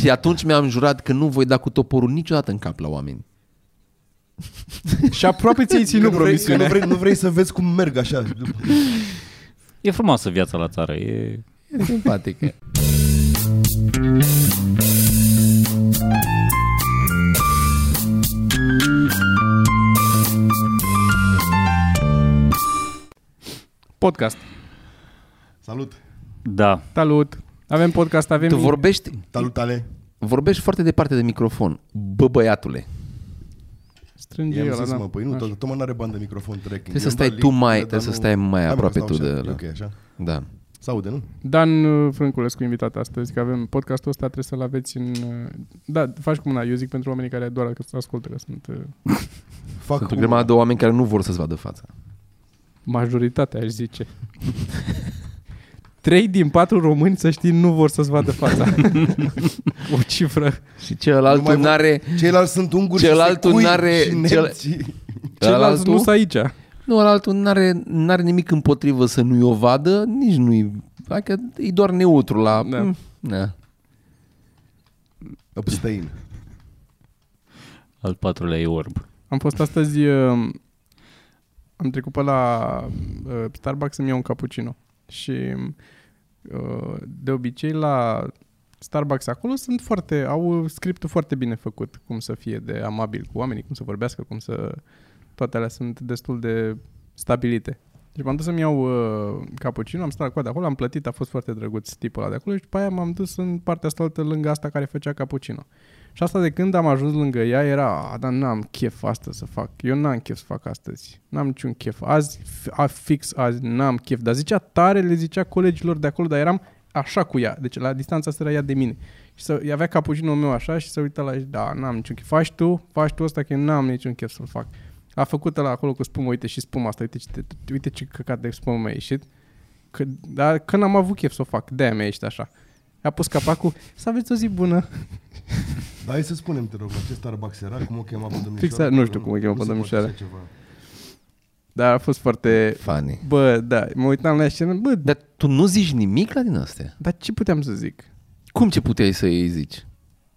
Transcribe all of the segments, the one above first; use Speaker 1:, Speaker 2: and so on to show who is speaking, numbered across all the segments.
Speaker 1: Și atunci mi-am jurat că nu voi da cu toporul niciodată în cap la oameni.
Speaker 2: Și aproape ți-ai ținut
Speaker 3: nu, vrei, că nu,
Speaker 2: promisiunea.
Speaker 3: vrei, nu vrei să vezi cum merg așa.
Speaker 4: E frumoasă viața la țară. E...
Speaker 1: E simpatică.
Speaker 2: Podcast.
Speaker 3: Salut!
Speaker 4: Da.
Speaker 2: Salut. Avem podcast, avem...
Speaker 1: Tu vorbești,
Speaker 3: Salutale!
Speaker 1: vorbești foarte departe de microfon. Bă, băiatule,
Speaker 2: Strânge
Speaker 3: I-am
Speaker 2: el,
Speaker 3: zis,
Speaker 2: da.
Speaker 3: mă, păi nu, tot, Toma n-are bani de microfon tracking.
Speaker 1: Trebuie să
Speaker 3: Eu îmi
Speaker 1: stai
Speaker 3: dau
Speaker 1: tu
Speaker 3: link,
Speaker 1: mai-
Speaker 3: dar
Speaker 1: trebuie să
Speaker 3: nu-
Speaker 1: stai mai
Speaker 3: Hai, mă, că
Speaker 1: aproape
Speaker 3: stau
Speaker 1: tu
Speaker 3: așa,
Speaker 1: de-
Speaker 3: Ok, așa.
Speaker 1: da.
Speaker 3: S-aude, nu?
Speaker 2: Dan uh, Frânculescu, invitat astăzi, că avem podcastul ăsta, trebuie să-l aveți în... uh, Da, faci cu mâna, eu zic pentru oamenii care doar că ascultă, că sunt uh,
Speaker 3: Fac
Speaker 1: Sunt o
Speaker 3: cum-
Speaker 1: grămadă de oameni care nu vor să-ți vadă fața.
Speaker 2: majoritatea, aș zice. Trei din patru români, să știi, nu vor să-ți vadă fața. o cifră.
Speaker 1: Și
Speaker 3: Nu mai
Speaker 1: celălalt
Speaker 3: vă-
Speaker 1: nu are...
Speaker 3: Ceilalți sunt unguri
Speaker 1: Celălalt
Speaker 3: și secui
Speaker 1: n-are-
Speaker 3: și
Speaker 1: cel-
Speaker 3: nemții.
Speaker 2: Celălalt nu sunt aici.
Speaker 1: Nu, alaltul n-are, n-are nimic împotrivă să nu-i o vadă, nici nu-i... Adică e doar neutru la...
Speaker 2: Da.
Speaker 1: Da. Da.
Speaker 3: Abstain.
Speaker 4: Al patrulea e orb.
Speaker 2: Am fost astăzi... uh, Am trecut pe la uh, Starbucks să-mi iau un cappuccino. Și uh, de obicei la Starbucks acolo sunt foarte... Au scriptul foarte bine făcut. Cum să fie de amabil cu oamenii, cum să vorbească, cum să... Toate alea sunt destul de stabilite. Deci m-am dus să-mi iau uh, cappuccino, am stat la coadă acolo, am plătit, a fost foarte drăguț tipul ăla de acolo și după aia m-am dus în partea asta altă lângă asta care făcea cappuccino. Și asta de când am ajuns lângă ea era, "A, dar n-am chef asta să fac. Eu n-am chef să fac astăzi. N-am niciun chef. Azi, f- a, fix azi, n-am chef. Dar zicea tare, le zicea colegilor de acolo, dar eram așa cu ea. Deci la distanța asta era ea de mine. Și să, avea capucinul meu așa și să uita la ea și, da, n-am niciun chef. Faci tu, faci tu asta că eu n-am niciun chef să-l fac. A făcut la acolo cu spumă, uite și spuma asta, uite, ce te- uite ce căcat de spumă mi-a ieșit. Că, dar că n-am avut chef să o fac, de-aia mi-a ieșit așa. A pus capacul, să aveți o zi bună.
Speaker 3: Dar hai să spunem, te rog, la ce Starbucks era, cum o chema pe domnișoara?
Speaker 2: Fix, nu știu cum o chema
Speaker 3: Nu
Speaker 2: pe
Speaker 3: se
Speaker 2: domnișoara.
Speaker 3: poate așa ceva.
Speaker 2: Dar a fost foarte...
Speaker 1: Funny.
Speaker 2: Bă, da, mă uitam la ea și eram, bă, da,
Speaker 1: Dar tu nu zici nimic la din astea?
Speaker 2: dar ce puteam să zic?
Speaker 1: Cum ce puteai să îi zici?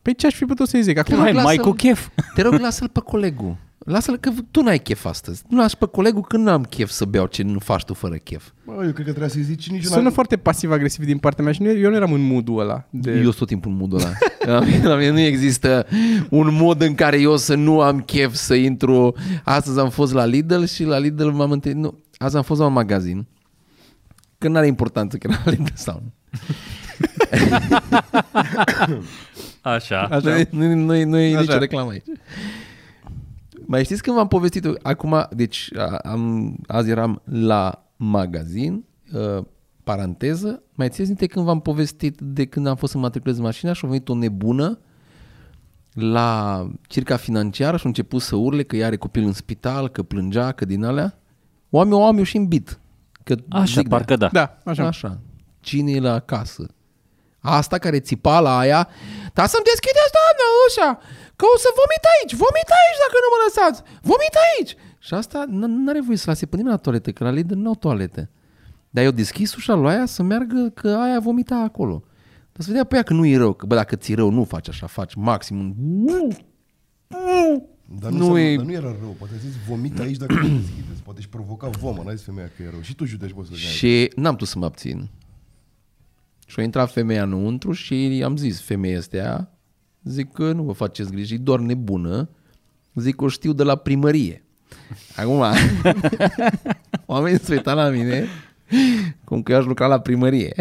Speaker 2: Păi ce aș fi putut să-i zic? Acum,
Speaker 1: Hai,
Speaker 4: Hai,
Speaker 1: lasă-l.
Speaker 4: mai cu chef.
Speaker 1: Te rog, lasă-l pe colegul. Lasă-l că tu n-ai chef astăzi. Nu las pe colegul că n-am chef să beau ce nu faci tu fără chef.
Speaker 3: Bă, eu cred că trebuia să-i zici nici
Speaker 2: sună foarte pasiv-agresiv din partea mea și nu, eu nu eram în moodul ăla. De...
Speaker 1: De... Eu sunt tot timpul în modul ăla. La mine, la mine nu există un mod în care eu să nu am chef să intru. Astăzi am fost la Lidl și la Lidl m-am întâlnit. Nu, azi am fost la un magazin. Că n-are importanță că era la Lidl sau nu.
Speaker 4: Așa.
Speaker 2: Așa.
Speaker 1: Nu, nu, nu, nu e
Speaker 2: Așa.
Speaker 1: nicio reclamă aici. Mai știți când v-am povestit acum, deci a- am, azi eram la magazin, uh, paranteză, mai țineți minte când v-am povestit de când am fost să matriculez mașina și a venit o nebună la circa financiară și a început să urle că ea are copil în spital, că plângea, că din alea. Oameni o am eu și în bit. Că
Speaker 4: Așa,
Speaker 1: zic de-
Speaker 4: parcă da.
Speaker 2: Da, așa. așa.
Speaker 1: Așa. Cine e la casă? Asta care țipa la aia, dar să-mi deschideți, doamnă, ușa, că o să vomit aici, vomit aici dacă nu mă lăsați, vomit aici. Și asta nu are voie să lase pe nimeni la toaletă, că la Lidl nu au toalete. Dar eu deschis ușa lui aia să meargă că aia vomita acolo. Dar să vedea pe ea că nu e rău, că bă, dacă ți-e rău, nu faci așa, faci maxim un...
Speaker 3: Dar nu,
Speaker 1: Nu
Speaker 3: nu,
Speaker 1: e-
Speaker 3: e... dar nu era rău, poate zis vomit aici dacă nu deschideți, poate își provoca vomă, n-ai zis femeia că e rău. Și tu judești, bă, să și...
Speaker 1: Și n-am putut să mă abțin. Și a intrat femeia înăuntru și am zis femeia astea, zic că nu vă faceți griji, e doar nebună, zic că o știu de la primărie. Acum, oamenii se uitau la mine cum că eu aș lucra la primărie.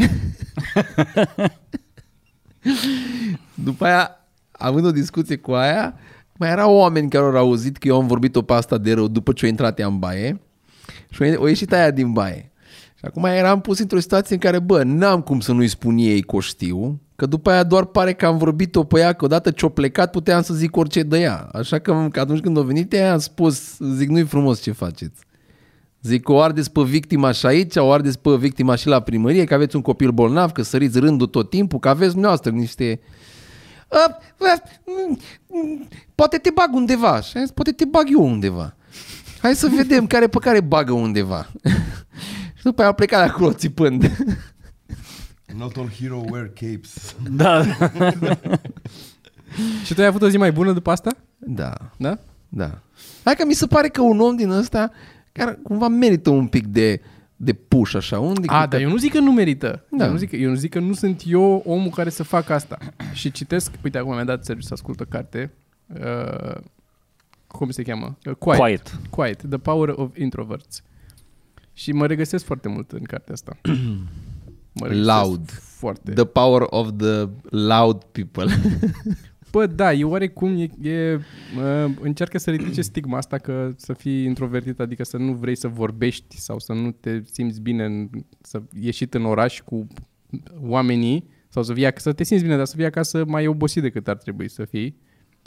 Speaker 1: După aia, având o discuție cu aia, mai erau oameni care au auzit că eu am vorbit-o pe asta de rău după ce o intrat ea în baie și o ieșit aia din baie. Și acum eram pus într-o situație în care, bă, n-am cum să nu-i spun ei că o știu, că după aia doar pare că am vorbit-o pe ea, că odată ce-o plecat puteam să zic orice de ea. Așa că, că atunci când a venit ea, am spus, zic, nu-i frumos ce faceți. Zic că o ardeți pe victima și aici, o ardeți pe victima și la primărie, că aveți un copil bolnav, că săriți rândul tot timpul, că aveți dumneavoastră niște... "A, a, m, m, Poate te bag undeva. Și am zis, poate te bag eu undeva. Hai să vedem care pe care bagă undeva. și după aia a plecat de acolo țipând.
Speaker 3: Not all hero wear capes.
Speaker 4: Da.
Speaker 2: Și tu ai avut o zi mai bună după asta?
Speaker 1: Da,
Speaker 2: Da?
Speaker 1: da. Hai că mi se pare că un om din ăsta care cumva merită un pic de, de push așa. Unde
Speaker 2: A, dar eu nu zic că nu merită.
Speaker 1: Da.
Speaker 2: Adică- Da. Eu, nu zic, eu nu zic că nu sunt eu omul care să fac asta. Și citesc, uite, acum mi-a dat Sergiu să ascultă carte. Uh, cum se cheamă? Uh,
Speaker 1: Păi.
Speaker 2: Quiet. Quiet.
Speaker 4: Quiet.
Speaker 2: Quiet. The Power of Introverts. Și mă regăsesc foarte mult în cartea asta. Mă regăsesc
Speaker 1: Loud.
Speaker 2: Foarte.
Speaker 1: The power of the loud people.
Speaker 2: Bă, da, e oarecum, e, e, uh, încearcă să ridice stigma asta că să fii introvertit, adică să nu vrei să vorbești sau să nu te simți bine, în, să ieșit în oraș cu oamenii sau să, vii, ac- să te simți bine, dar să fii acasă mai obosit decât ar trebui să fii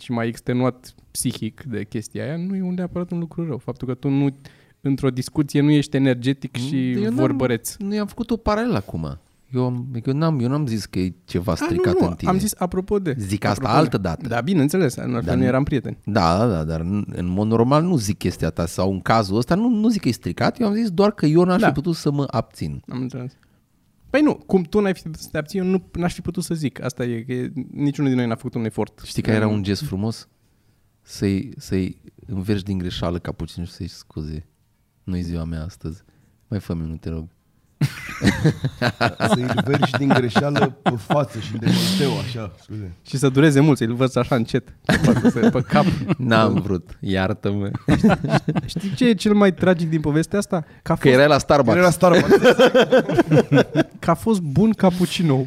Speaker 2: și mai extenuat psihic de chestia aia, nu e un neapărat un lucru rău. Faptul că tu nu, într-o discuție nu ești energetic și
Speaker 1: Eu n-am-
Speaker 2: vorbăreț.
Speaker 1: nu i-am făcut o paralelă acum. Eu, am- eu, n-am, eu n-am zis că e ceva stricat în tine.
Speaker 2: am zis apropo de.
Speaker 1: Zic asta
Speaker 2: apropo
Speaker 1: altă
Speaker 2: de.
Speaker 1: dată.
Speaker 2: Da, bineînțeles, în altfel nu eram prieteni.
Speaker 1: Da, da, da, dar în în mod normal nu zic chestia ta sau în cazul ăsta nu, nu zic că e stricat, eu am zis doar că eu n-aș da.
Speaker 2: Da.
Speaker 1: fi putut să mă abțin.
Speaker 2: Am înțeles. Păi nu, cum tu n-ai fi putut să te abții, eu nu, n-aș fi putut să zic. Asta e, că niciunul din noi n-a făcut un efort.
Speaker 1: Știi că era un gest frumos? Să-i, să-i învergi din greșeală capucinul și să-i zici, scuze, nu-i ziua mea astăzi. Mai fă minut, te rog.
Speaker 3: Să-i vergi din greșeală pe față și în decolteu, așa. Scuze.
Speaker 2: Și să dureze mult, să-l văd așa încet, pe, față, să- pe cap.
Speaker 1: N-am vrut, iartă-mă.
Speaker 2: Știi ce e cel mai tragic din povestea asta? Că a fost,
Speaker 1: Că erai la Starbucks.
Speaker 3: Era la Starbucks.
Speaker 2: că a fost bun cappuccino.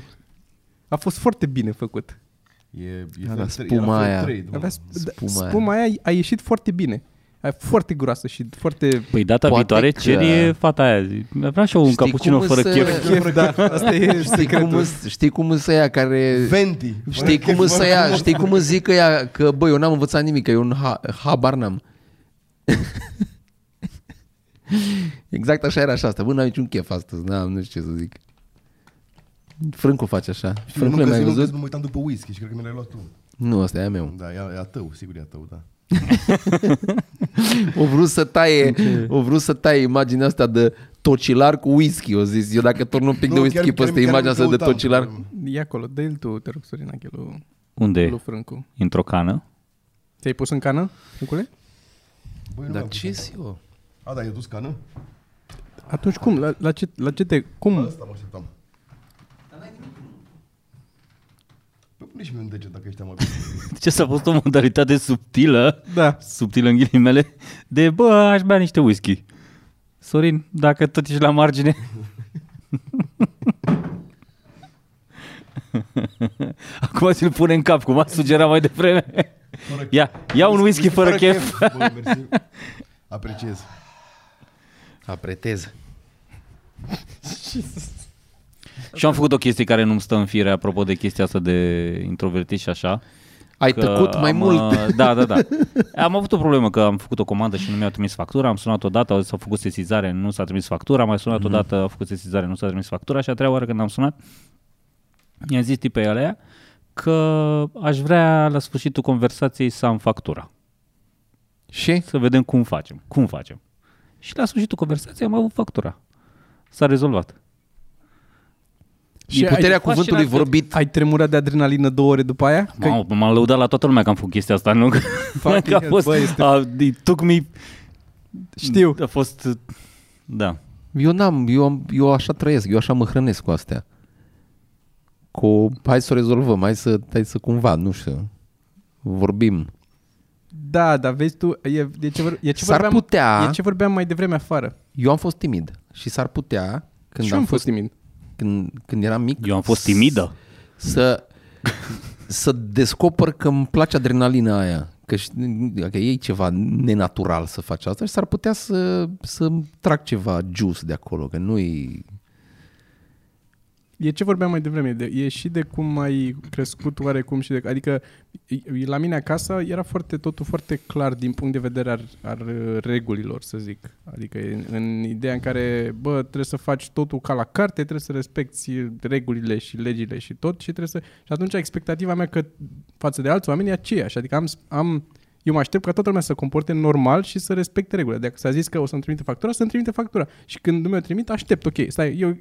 Speaker 2: A fost foarte bine făcut.
Speaker 3: E, e
Speaker 1: Avea
Speaker 3: fair
Speaker 1: spuma
Speaker 3: trade, era fair
Speaker 1: aia.
Speaker 3: trade, mă.
Speaker 2: Avea sp- da,
Speaker 1: spuma aia.
Speaker 2: spuma aia a ieșit foarte bine. A foarte groasă și foarte...
Speaker 4: Păi data
Speaker 1: Poate
Speaker 4: Poate viitoare
Speaker 1: că-
Speaker 4: că... ceri fata aia. Zi, Vreau și eu un
Speaker 1: Știi
Speaker 4: cappuccino
Speaker 1: cum
Speaker 4: fără
Speaker 1: să-
Speaker 4: chef.
Speaker 2: Chef, da, asta e
Speaker 1: Știi cum,
Speaker 2: secretul.
Speaker 1: îs- știi cum îs ăia care...
Speaker 3: Venti.
Speaker 1: Știi cum îs ăia, știi cum îți zic ăia că, bă, eu n-am învățat nimic, că eu un ha- habar n-am. exact așa era așa asta. Bă, n-am niciun chef astăzi, n-am, nu știu ce să zic. Frâncu face așa.
Speaker 3: Eu nu
Speaker 1: Frâncu
Speaker 3: că
Speaker 1: l-ai mai
Speaker 3: nu că
Speaker 1: văzut?
Speaker 3: mă uitam după whisky și cred că mi l-ai luat tu.
Speaker 1: Nu, asta e a meu.
Speaker 3: Da, e a, e a tău, sigur e a tău, da.
Speaker 1: O vrut să taie, o vrut să taie imaginea asta de tocilar cu whisky, o zis. Eu dacă torn un pic
Speaker 3: Nu,
Speaker 1: de
Speaker 3: chiar-
Speaker 1: whisky
Speaker 3: chiar-
Speaker 1: peste
Speaker 3: chiar
Speaker 1: imaginea asta de
Speaker 3: căutam. Păi
Speaker 1: tocilar.
Speaker 2: E acolo, dă-l tu, te rog, Sorina, că lui,
Speaker 4: Unde
Speaker 2: lui
Speaker 4: e?
Speaker 2: Frâncu.
Speaker 4: Într-o cană?
Speaker 2: Ți-ai pus în cană, Frâncule?
Speaker 3: Băi,
Speaker 1: Dar
Speaker 3: nu mi-am
Speaker 1: ce
Speaker 3: putut.
Speaker 1: eu?
Speaker 3: A, da, e dus cană?
Speaker 2: Atunci cum? La, la, ce, la ce te...
Speaker 3: La
Speaker 2: Cum?
Speaker 3: Asta mă așteptam. Păi pune și mie un deget dacă ești amabil.
Speaker 4: De ce s-a fost o modalitate subtilă,
Speaker 2: Da.
Speaker 4: subtilă în ghilimele, de bă, aș bea niște whisky. Sorin, dacă tot ești la margine... Acum ți-l pune în cap, cum a sugerat mai devreme.
Speaker 3: Fără-
Speaker 4: Ia, ia un whisky fără chef.
Speaker 3: Bă, mersi. Apreciez.
Speaker 1: Apretez.
Speaker 4: Și am făcut o chestie care nu-mi stă în fire, apropo de chestia asta de introvertit și așa.
Speaker 1: Ai
Speaker 4: că
Speaker 1: tăcut mai
Speaker 4: am,
Speaker 1: mult.
Speaker 4: uh, Da, da, da. Am avut o problemă că am făcut o comandă și nu mi-au trimis factura, am sunat odată, au zis, au făcut sesizare, nu s-a trimis factura, am mai sunat odată, au făcut sesizare, nu s-a trimis factura și a treia oară când am sunat, i-am zis tipei alea că aș vrea la sfârșitul conversației să am factura.
Speaker 1: Și?
Speaker 4: Să vedem cum facem, cum facem. Și la sfârșitul conversației am avut factura. S-a rezolvat.
Speaker 1: Și
Speaker 2: ai-
Speaker 1: puterea
Speaker 4: ai-
Speaker 1: cuvântului
Speaker 4: faci și la-
Speaker 1: vorbit.
Speaker 2: Ai tremurat de adrenalină două ore după aia? Că
Speaker 4: Mamă, m-am lăudat la toată lumea că am făcut chestia asta, nu?
Speaker 2: Fucking
Speaker 4: că a
Speaker 2: hell,
Speaker 4: fost,
Speaker 2: bă, este-
Speaker 4: a, it took me,
Speaker 2: știu.
Speaker 4: a fost, da.
Speaker 1: Eu n-am, eu, am- eu așa trăiesc, eu așa mă hrănesc cu astea. Cu, hai să o rezolvăm, hai să, hai să cumva, nu știu, vorbim.
Speaker 2: Da, dar vezi tu, e, e ce, vor, e ce
Speaker 1: S-ar
Speaker 2: vorbeam,
Speaker 1: putea-
Speaker 2: E ce vorbeam mai devreme afară.
Speaker 1: Eu am fost timid și s-ar putea, când,
Speaker 2: și eu
Speaker 1: am
Speaker 2: am
Speaker 1: fost,
Speaker 2: fost timid.
Speaker 1: când, când eram mic,
Speaker 4: Eu am fost timidă.
Speaker 1: să, să descoper că îmi place adrenalina aia. Că, și- că e ceva nenatural să faci asta și s-ar putea să, să trag ceva juice de acolo, că nu-i...
Speaker 2: E ce vorbeam mai devreme, de, e și de cum ai crescut oarecum și de... Adică e- la mine acasă era foarte, totul foarte clar din punct de vedere al, al uh, regulilor, să zic. Adică în, în ideea în care, bă, trebuie să faci totul ca la carte, trebuie să respecti regulile și legile și tot și trebuie să... Și atunci expectativa mea că față de alți oameni e aceeași. Adică am, am eu mă aștept ca toată lumea să se comporte normal și să respecte regulile. Dacă s-a zis că o să-mi trimite factura, să-mi trimite factura. Și când nu mi-o trimit, aștept. Ok, stai, eu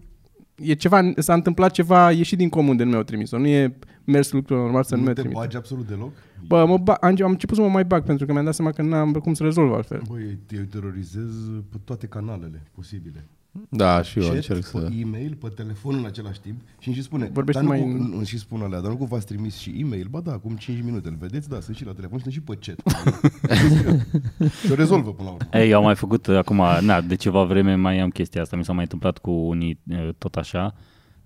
Speaker 2: e ceva, s-a întâmplat ceva ieșit din comun de nu mi-au trimis-o. Nu e mers lucrul normal să nu,
Speaker 3: nu
Speaker 2: mi-au
Speaker 3: te
Speaker 2: trimis.
Speaker 3: bagi absolut deloc?
Speaker 2: Bă, mă ba- am, am început să mă mai bag pentru că mi-am dat seama că n-am cum să rezolv altfel.
Speaker 3: Băi, eu terorizez pe toate canalele posibile.
Speaker 1: Da, și eu
Speaker 3: Chat,
Speaker 1: încerc să...
Speaker 3: pe e-mail, pe telefon în același timp și îmi și spune,
Speaker 2: Vorbește
Speaker 3: dar nu
Speaker 2: mai
Speaker 3: cu,
Speaker 2: în-
Speaker 3: nu, și spun alea, dar nu cu v-ați trimis și e-mail? Ba da, acum 5 minute, îl vedeți? Da, sunt și la telefon și sunt și pe chat. și o rezolvă până la urmă.
Speaker 4: Ei, eu am mai făcut uh, acum, na, de ceva vreme mai am chestia asta, mi s-a mai întâmplat cu unii uh, tot așa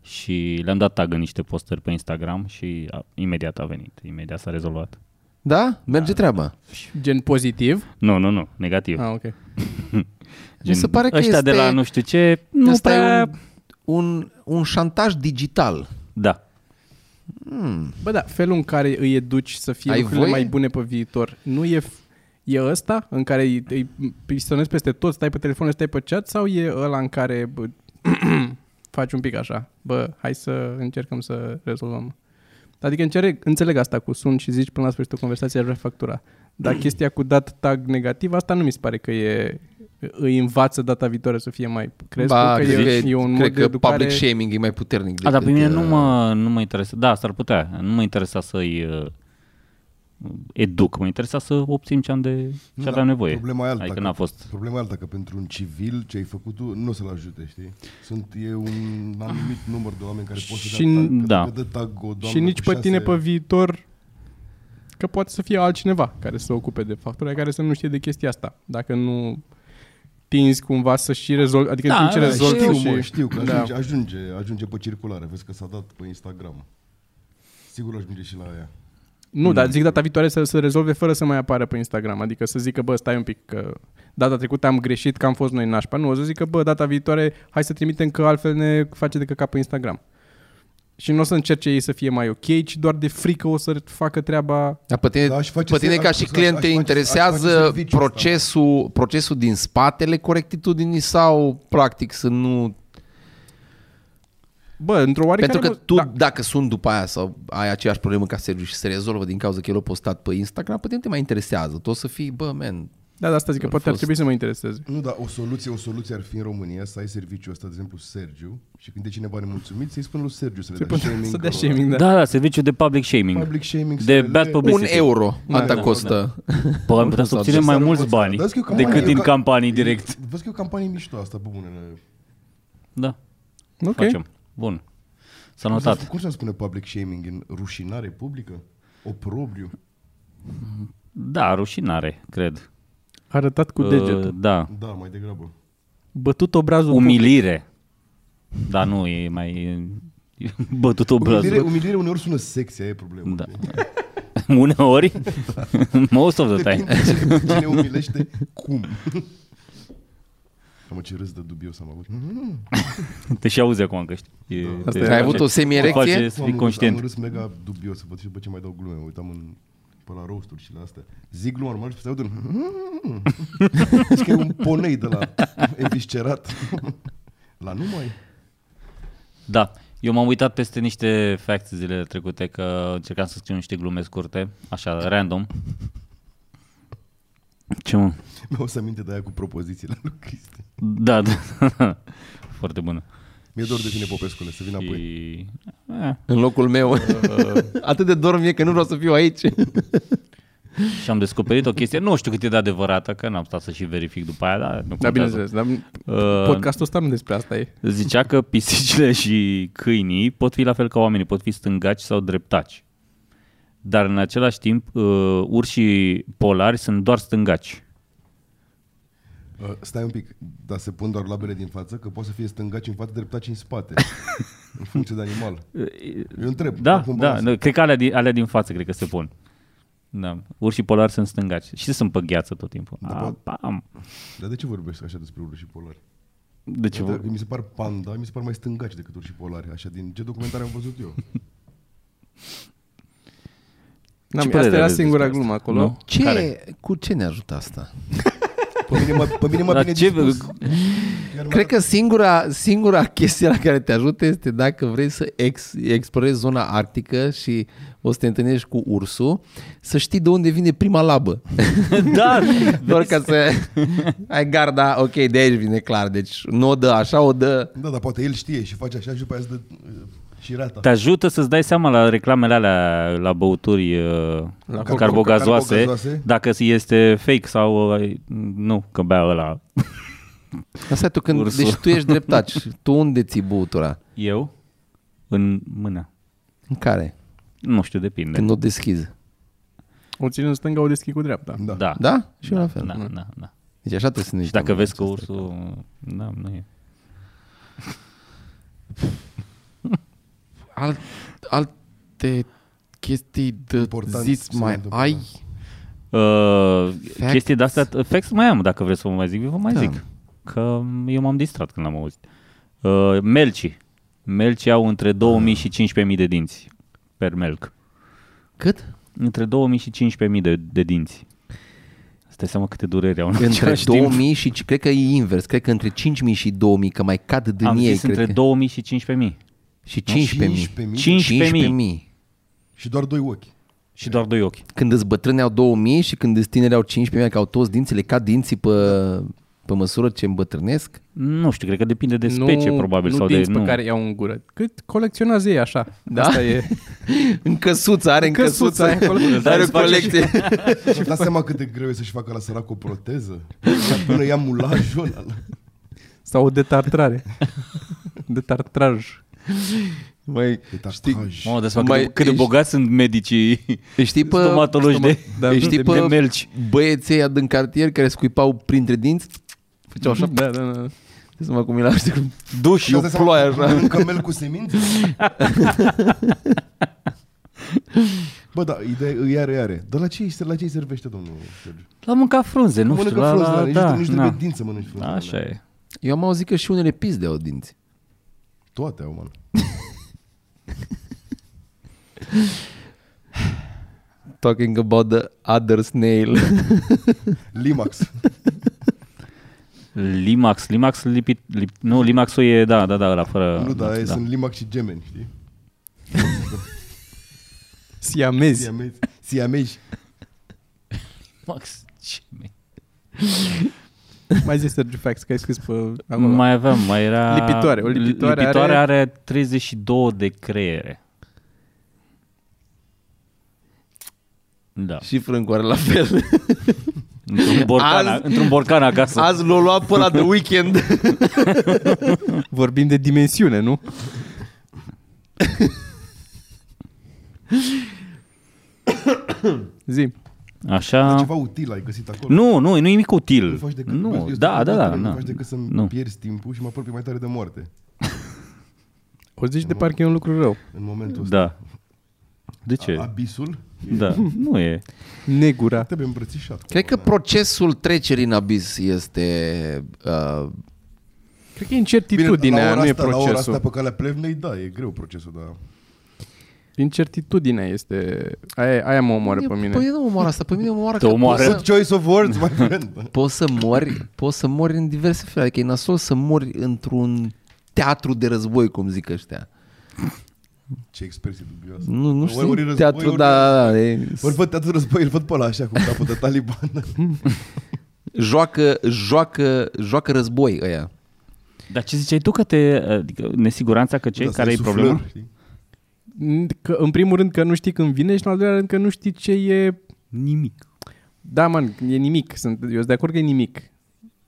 Speaker 4: și le-am dat tag în niște postări pe Instagram și a, imediat a venit, imediat s-a rezolvat.
Speaker 1: Da? Merge treaba.
Speaker 2: Gen pozitiv.
Speaker 4: Nu, nu, nu, negativ.
Speaker 2: Ah, ok.
Speaker 1: Mi se pare că
Speaker 4: ăștia
Speaker 1: este-
Speaker 4: de la nu știu ce, nu
Speaker 1: Asta
Speaker 4: prea...
Speaker 1: e un, un, un șantaj digital.
Speaker 4: Da.
Speaker 2: Bă, da, felul în care îi educi să fie
Speaker 1: Ai
Speaker 2: lucrurile
Speaker 1: voie?
Speaker 2: mai bune pe viitor, nu e... f- E ăsta în care îi, îi pistonezi peste tot, stai pe telefon, stai pe chat sau e ăla în care bă, faci un pic așa? Bă, hai să încercăm să rezolvăm. Adică încerc, înțeleg asta cu sun și zici până la sfârșitul conversației aș vrea factura. Dar chestia cu dat tag negativ, asta nu mi se pare că e îi învață data viitoare să fie mai... Crezi
Speaker 1: ba,
Speaker 2: tu că
Speaker 1: cred,
Speaker 2: e,
Speaker 1: că,
Speaker 2: e un
Speaker 1: cred
Speaker 2: mod de
Speaker 1: că
Speaker 2: educare...
Speaker 1: public shaming e mai puternic
Speaker 4: A, Ah, dar pe mine
Speaker 1: uh,
Speaker 4: nu mă, nu mă interesa. Da, s-ar putea. Nu mă interesa să-i uh, educ. Mă interesa să obțin ce am de ce aveam nevoie.
Speaker 3: Da, Problema e alta.
Speaker 4: Adică
Speaker 3: că-
Speaker 4: n-a fost.
Speaker 3: Problema e alta, că pentru un civil ce ai făcut tu nu o să-l ajute, știi? Sunt e un anumit număr de oameni care pot să
Speaker 2: Și
Speaker 3: dea tag, că
Speaker 4: da.
Speaker 3: dacă dă tag o doamnă
Speaker 2: și nici
Speaker 3: cu
Speaker 2: pe tine
Speaker 3: șase-
Speaker 2: pe viitor că poate să fie altcineva care să se ocupe de factura care să nu știe de chestia asta. Dacă nu tinzi cumva să și rezolvi, adică
Speaker 4: Da,
Speaker 2: da, ce
Speaker 4: da,
Speaker 2: rezolvi
Speaker 3: Știu,
Speaker 2: tu
Speaker 3: mă,
Speaker 2: și...
Speaker 3: știu că
Speaker 2: da.
Speaker 3: ajunge, ajunge, ajunge pe circulare. Vezi că s-a dat pe Instagram. Sigur ajunge și la ea.
Speaker 2: Nu,
Speaker 1: Mm.
Speaker 2: dar zic data viitoare să se rezolve fără să mai apară pe Instagram. Adică să zică, bă, stai un pic că data trecută am greșit că am fost noi nașpa. Nu, o să zică, bă, data viitoare hai să trimitem că altfel ne face de căcat pe Instagram. Și nu o să încerce ei să fie mai ok, ci doar de frică o să facă treaba
Speaker 1: Dar pe tine,
Speaker 3: Da,
Speaker 1: da,
Speaker 3: aș face
Speaker 1: pe tine
Speaker 3: ser-
Speaker 1: ca
Speaker 3: aș-
Speaker 1: și
Speaker 3: aș-
Speaker 1: client
Speaker 3: aș
Speaker 1: te
Speaker 3: face- aș face
Speaker 1: interesează
Speaker 3: serviciul ăsta.
Speaker 1: procesul, procesul din spatele corectitudinii sau practic să nu...
Speaker 2: Bă, într-o oarecare...
Speaker 1: Pentru că
Speaker 2: mă-
Speaker 1: tu
Speaker 2: da.
Speaker 1: da. dacă sunt după aia sau ai aceeași problemă ca Sergiu și se rezolvă din cauza că el a postat pe Instagram, pe tine nu te mai interesează. Tu o să fii, bă, man,
Speaker 2: Da, da, asta zic că
Speaker 1: Ar
Speaker 2: poate ar
Speaker 1: fost.
Speaker 2: trebui să mă intereseze.
Speaker 3: Nu, dar o soluție, o soluție ar fi în România să ai serviciul ăsta, de exemplu, Sergiu, și când e cineva nemulțumit, să-i spun lui Sergiu să le dea shaming.
Speaker 2: Să dea
Speaker 3: cărora.
Speaker 2: shaming,
Speaker 4: Da.
Speaker 2: da.
Speaker 4: da, da, serviciu de public shaming.
Speaker 3: Public shaming. să
Speaker 4: De
Speaker 3: le-
Speaker 4: bad public-
Speaker 1: un
Speaker 4: Publicity.
Speaker 1: euro,
Speaker 2: Da,
Speaker 1: atâta
Speaker 4: da,
Speaker 1: costă.
Speaker 4: Bă, am putea să
Speaker 1: Sau
Speaker 4: obținem mai
Speaker 3: Să
Speaker 4: mulți
Speaker 3: rămâți.
Speaker 4: bani
Speaker 3: Dar vezi că e o campanie,
Speaker 4: decât
Speaker 3: e o
Speaker 4: din
Speaker 3: ca-
Speaker 4: campanii direct.
Speaker 3: Vezi că e o campanie mișto asta, pe bunele.
Speaker 4: Da,
Speaker 2: Ok.
Speaker 4: facem. Bun. S-a notat.
Speaker 3: Cum se spune public shaming în rușinare publică? Oprobriu?
Speaker 4: Da, rușinare, cred.
Speaker 2: Arătat cu
Speaker 4: Uh,
Speaker 2: degetul.
Speaker 4: Da.
Speaker 3: Da, mai degrabă.
Speaker 2: Bătut obrazul
Speaker 4: Umilire. Da, nu, e mai e bătut obrazul.
Speaker 3: Umilire, umilire uneori sună sexy, aia e problema.
Speaker 4: Da.
Speaker 3: știi?
Speaker 4: Uneori, most of the time.
Speaker 3: Depinde cine, cine umilește cum. Am ce râs de dubios am avut.
Speaker 4: Te și auzi acum că știi. E,
Speaker 2: Asta
Speaker 4: te
Speaker 2: e.
Speaker 4: face-
Speaker 1: Ai avut o
Speaker 4: te face
Speaker 1: semi-erecție?
Speaker 4: Să
Speaker 3: Am
Speaker 4: fii
Speaker 3: râs- Am
Speaker 4: conștient.
Speaker 3: râs mega dubios, să văd și după ce mai dau glume. Mă uitam în, pe la roasturi și la astea. Zic glumă normal și se aud un... Zici că e un ponei de la eviscerat. la numai.
Speaker 4: Da. Eu m-am uitat peste niște facts zilele trecute că încercam să scriu niște glume scurte, așa, random. Ce mă?
Speaker 3: Mi-au să aminte de aia cu propozițiile lui Cristi.
Speaker 4: Da, da. Foarte bună.
Speaker 3: Mi-e dor de tine, Popescule, să vin apoi.
Speaker 4: Și... Eh,
Speaker 1: În locul meu. Atât de dorm e că nu vreau să fiu aici.
Speaker 4: și am descoperit o chestie, nu știu cât e de adevărată, că n-am stat să și verific după aia, dar nu
Speaker 2: Da,
Speaker 4: contează.
Speaker 2: bineînțeles, dar
Speaker 4: Uh,
Speaker 2: podcastul ăsta nu despre asta e.
Speaker 4: Zicea că pisicile și câinii pot fi la fel ca oamenii, pot fi stângaci sau dreptaci. Dar în același timp, uh, urșii polari sunt doar stângaci.
Speaker 3: Uh, stai un pic, dar se pun doar labele din față, că poate să fie stângaci în față, dreptaci în spate. în funcție de animal. Eu întreb.
Speaker 4: Da,
Speaker 3: acum
Speaker 4: da,
Speaker 3: balanță.
Speaker 4: nu, cred că alea din, alea din față cred că se pun. Da. Urșii polari sunt stângaci și sunt pe gheață tot timpul.
Speaker 3: Da.
Speaker 4: A, pam.
Speaker 3: Dar de ce vorbești așa despre urși polari?
Speaker 4: De ce?
Speaker 3: Uite, Mi se par panda, mi se par mai stângaci decât urși polari, așa din ce documentare am văzut eu.
Speaker 2: N-am,
Speaker 4: părere
Speaker 2: asta era
Speaker 4: aveți
Speaker 2: singura
Speaker 4: despre
Speaker 2: glumă
Speaker 4: asta?
Speaker 2: acolo.
Speaker 4: Nu?
Speaker 1: Ce,
Speaker 4: Care?
Speaker 1: Cu ce ne ajută asta?
Speaker 3: Pe mine mă, pe mine mă
Speaker 4: Dar
Speaker 3: bine
Speaker 4: ce-
Speaker 3: dispus.
Speaker 1: Cred că singura, singura chestie la care te ajută este dacă vrei să ex, explorezi zona arctică și o să te întâlnești cu ursul, să știi de unde vine prima labă.
Speaker 4: da,
Speaker 1: Doar ca să ai garda, ok, de aici vine clar, deci nu o dă așa, o dă...
Speaker 3: Da, dar poate el știe și face așa și după aia îți dă uh, și rata.
Speaker 4: te ajută să-ți dai seama la reclamele alea la băuturi la
Speaker 3: carbo-
Speaker 4: carbogazoase,
Speaker 3: carbogazoase.
Speaker 4: dacă este fake sau uh, nu, că bea ăla.
Speaker 1: Asta e tu când...
Speaker 4: Ursul.
Speaker 1: Deci tu ești dreptat. și Tu unde ții băutura?
Speaker 4: Eu? În mână.
Speaker 1: În care?
Speaker 4: Nu știu, depinde.
Speaker 1: Când o deschizi.
Speaker 2: O țin în stânga, o deschid cu dreapta.
Speaker 3: Da.
Speaker 4: Da.
Speaker 1: Da? Și eu la fel.
Speaker 4: Da, da, da.
Speaker 1: Deci așa trebuie să ne
Speaker 4: Și dacă
Speaker 1: uităm.
Speaker 4: vezi că ursul... Da, nu e.
Speaker 1: Al, alte chestii de
Speaker 3: Important să
Speaker 1: zis
Speaker 3: ne
Speaker 1: mai
Speaker 3: întâmplă,
Speaker 1: ai?
Speaker 4: Uh,
Speaker 1: Facts.
Speaker 4: chestii de astea, facts mai am, dacă vreți să vă mai zic, vă mai
Speaker 1: Da.
Speaker 4: zic. Că eu m-am distrat când am auzit. Uh, melcii. Melcii au între 2000 și 15.000 de dinți per melc.
Speaker 1: Cât?
Speaker 4: Între 2000 și 15.000 de, de dinți. Îți dai seama câte dureri au în
Speaker 1: Între
Speaker 4: același timp.
Speaker 1: 2000 și cred că e invers, cred că între 5000 și 2000, că mai cad din
Speaker 4: Am
Speaker 1: ei,
Speaker 4: zis
Speaker 1: cred
Speaker 4: între
Speaker 1: că.
Speaker 4: 2000 și 15.000.
Speaker 1: și 15000.
Speaker 3: 15.000?
Speaker 4: 15.000.
Speaker 1: 15.000.
Speaker 3: Și doar doi ochi.
Speaker 4: Și doar doi ochi.
Speaker 1: Când îți bătrâni au 2000 și când îți tineri au 15.000, că au toți dinții, cad dinții pe, pe măsură ce îmbătrânesc.
Speaker 4: Nu știu, cred că depinde de specie,
Speaker 2: nu,
Speaker 4: probabil.
Speaker 2: nu
Speaker 4: sau de,
Speaker 2: dinți pe care iau în gură. Cât colecționează ei așa.
Speaker 1: Da?
Speaker 2: Asta e.
Speaker 1: În căsuță, are în căsuță.
Speaker 2: Căsuța, acolo.
Speaker 1: Are
Speaker 4: Dar
Speaker 1: o
Speaker 4: îți face
Speaker 1: colecție.
Speaker 3: Și dați seama cât de greu e să-și facă la sărac o proteză? Până ia mulajul ăla.
Speaker 2: Sau o detartrare. Detartraj.
Speaker 1: Mai,
Speaker 3: E
Speaker 1: știi,
Speaker 3: tataj.
Speaker 4: Mă, dar
Speaker 1: Mai
Speaker 4: mai cât de
Speaker 1: ești-
Speaker 4: bogați sunt medicii
Speaker 1: știi pe,
Speaker 4: stomatologi de,
Speaker 1: da,
Speaker 4: de,
Speaker 1: știi
Speaker 4: de, de
Speaker 1: pe
Speaker 4: melci.
Speaker 1: băieții ăia din cartier care scuipau printre dinți? Făceau așa,
Speaker 2: Da, da, da.
Speaker 1: să mă cum știi cum
Speaker 4: Duș
Speaker 3: Și
Speaker 4: și o
Speaker 3: dați seama
Speaker 4: ploaie
Speaker 3: că
Speaker 4: așa.
Speaker 3: Mănâncă mel cu semințe? Bă, da, ideea e iară, iară. Dar la ce, îi- la ce îi servește, domnul Sergiu?
Speaker 4: La mânca frunze, nu știu.
Speaker 3: mănâncă
Speaker 4: La,
Speaker 3: frunzele,
Speaker 4: la,
Speaker 3: nici,
Speaker 4: da,
Speaker 3: nici
Speaker 4: na.
Speaker 3: trebuie dinți să mănânci frunzele.
Speaker 4: Așa e.
Speaker 1: Eu am auzit că și unele pizde au dinți.
Speaker 3: Toate au, mână.
Speaker 1: Talking about the other snail.
Speaker 3: Limax.
Speaker 4: Limax, Limax lipit, lip, nu, Limaxul e, da, da, da, la fără.
Speaker 3: nu, dar
Speaker 4: da.
Speaker 3: da. sunt Limax și gemeni, știi?
Speaker 2: Siamezi.
Speaker 3: Siamezi. Siamezi.
Speaker 4: Limax, ce mi-
Speaker 2: Mai zi Sergiu Fax, că ai scris pe acolo.
Speaker 4: Mai aveam, mai era...
Speaker 2: Lipitoare, o lipitoare
Speaker 4: lipitoare
Speaker 2: are-
Speaker 4: are... 32 de creiere. Da.
Speaker 1: și Frâncu are la fel.
Speaker 4: Într-un borcan,
Speaker 1: Azi-
Speaker 4: într-un borcan acasă.
Speaker 1: Azi l-a luat pe ăla de weekend.
Speaker 2: Vorbim de dimensiune, nu? Zi.
Speaker 4: Așa...
Speaker 3: Ceva util ai găsit acolo.
Speaker 4: Ah. Nu, nu, nu e nimic
Speaker 3: Nu
Speaker 4: util.
Speaker 3: faci decât, vezi,
Speaker 4: Nu,
Speaker 3: eu
Speaker 4: da,
Speaker 3: sunt
Speaker 4: da,
Speaker 3: bătrân,
Speaker 4: da.
Speaker 3: Nu
Speaker 4: na.
Speaker 3: faci decât să-mi
Speaker 4: Nu.
Speaker 3: pierzi timpul și mă apropii mai tare de moarte
Speaker 2: O zici de parcă e un lucru rău.
Speaker 3: în momentul ăsta.
Speaker 4: Da. De
Speaker 3: A-
Speaker 4: ce?
Speaker 3: Abisul
Speaker 4: Da, nu e.
Speaker 2: Negura.
Speaker 3: trebuie îmbrățișat.
Speaker 1: Cred că procesul trecerii în abis este... Uh,
Speaker 2: Cred că e incertitudinea,
Speaker 3: la ora
Speaker 2: nu e
Speaker 3: asta, La ora
Speaker 2: procesul.
Speaker 3: asta pe calea plevnei, da, e greu procesul, dar...
Speaker 2: Incertitudinea este... Aia, aia mă omoară pe mine.
Speaker 1: Păi nu mă omoară asta, pe mine mă omoară
Speaker 4: Te
Speaker 1: că
Speaker 4: omoară?
Speaker 1: poți
Speaker 3: Good
Speaker 1: să,
Speaker 3: choice of words, my friend.
Speaker 1: poți să mori, poți să mori în diverse feluri. Adică e nasol să mori într-un teatru de război, cum zic ăștia.
Speaker 3: Ce expresie dubioasă.
Speaker 1: Nu, nu
Speaker 3: Ori-
Speaker 1: știu,
Speaker 3: ori război,
Speaker 1: teatru,
Speaker 3: ori-
Speaker 1: da, da, da, e,
Speaker 3: Ori văd teatru război, îl văd pe ăla așa cu capul de taliban.
Speaker 1: joacă, joacă, joacă război ăia.
Speaker 4: Dar ce ziceai tu că te... Adică, nesiguranța că ce?
Speaker 3: Da,
Speaker 4: care e
Speaker 3: suflor,
Speaker 4: problema?
Speaker 3: știi?
Speaker 2: Că, în primul rând că nu știi când vine și în al doilea rând că nu știi ce e...
Speaker 4: Nimic.
Speaker 2: Da, man, e nimic. Sunt, eu sunt de acord că e nimic.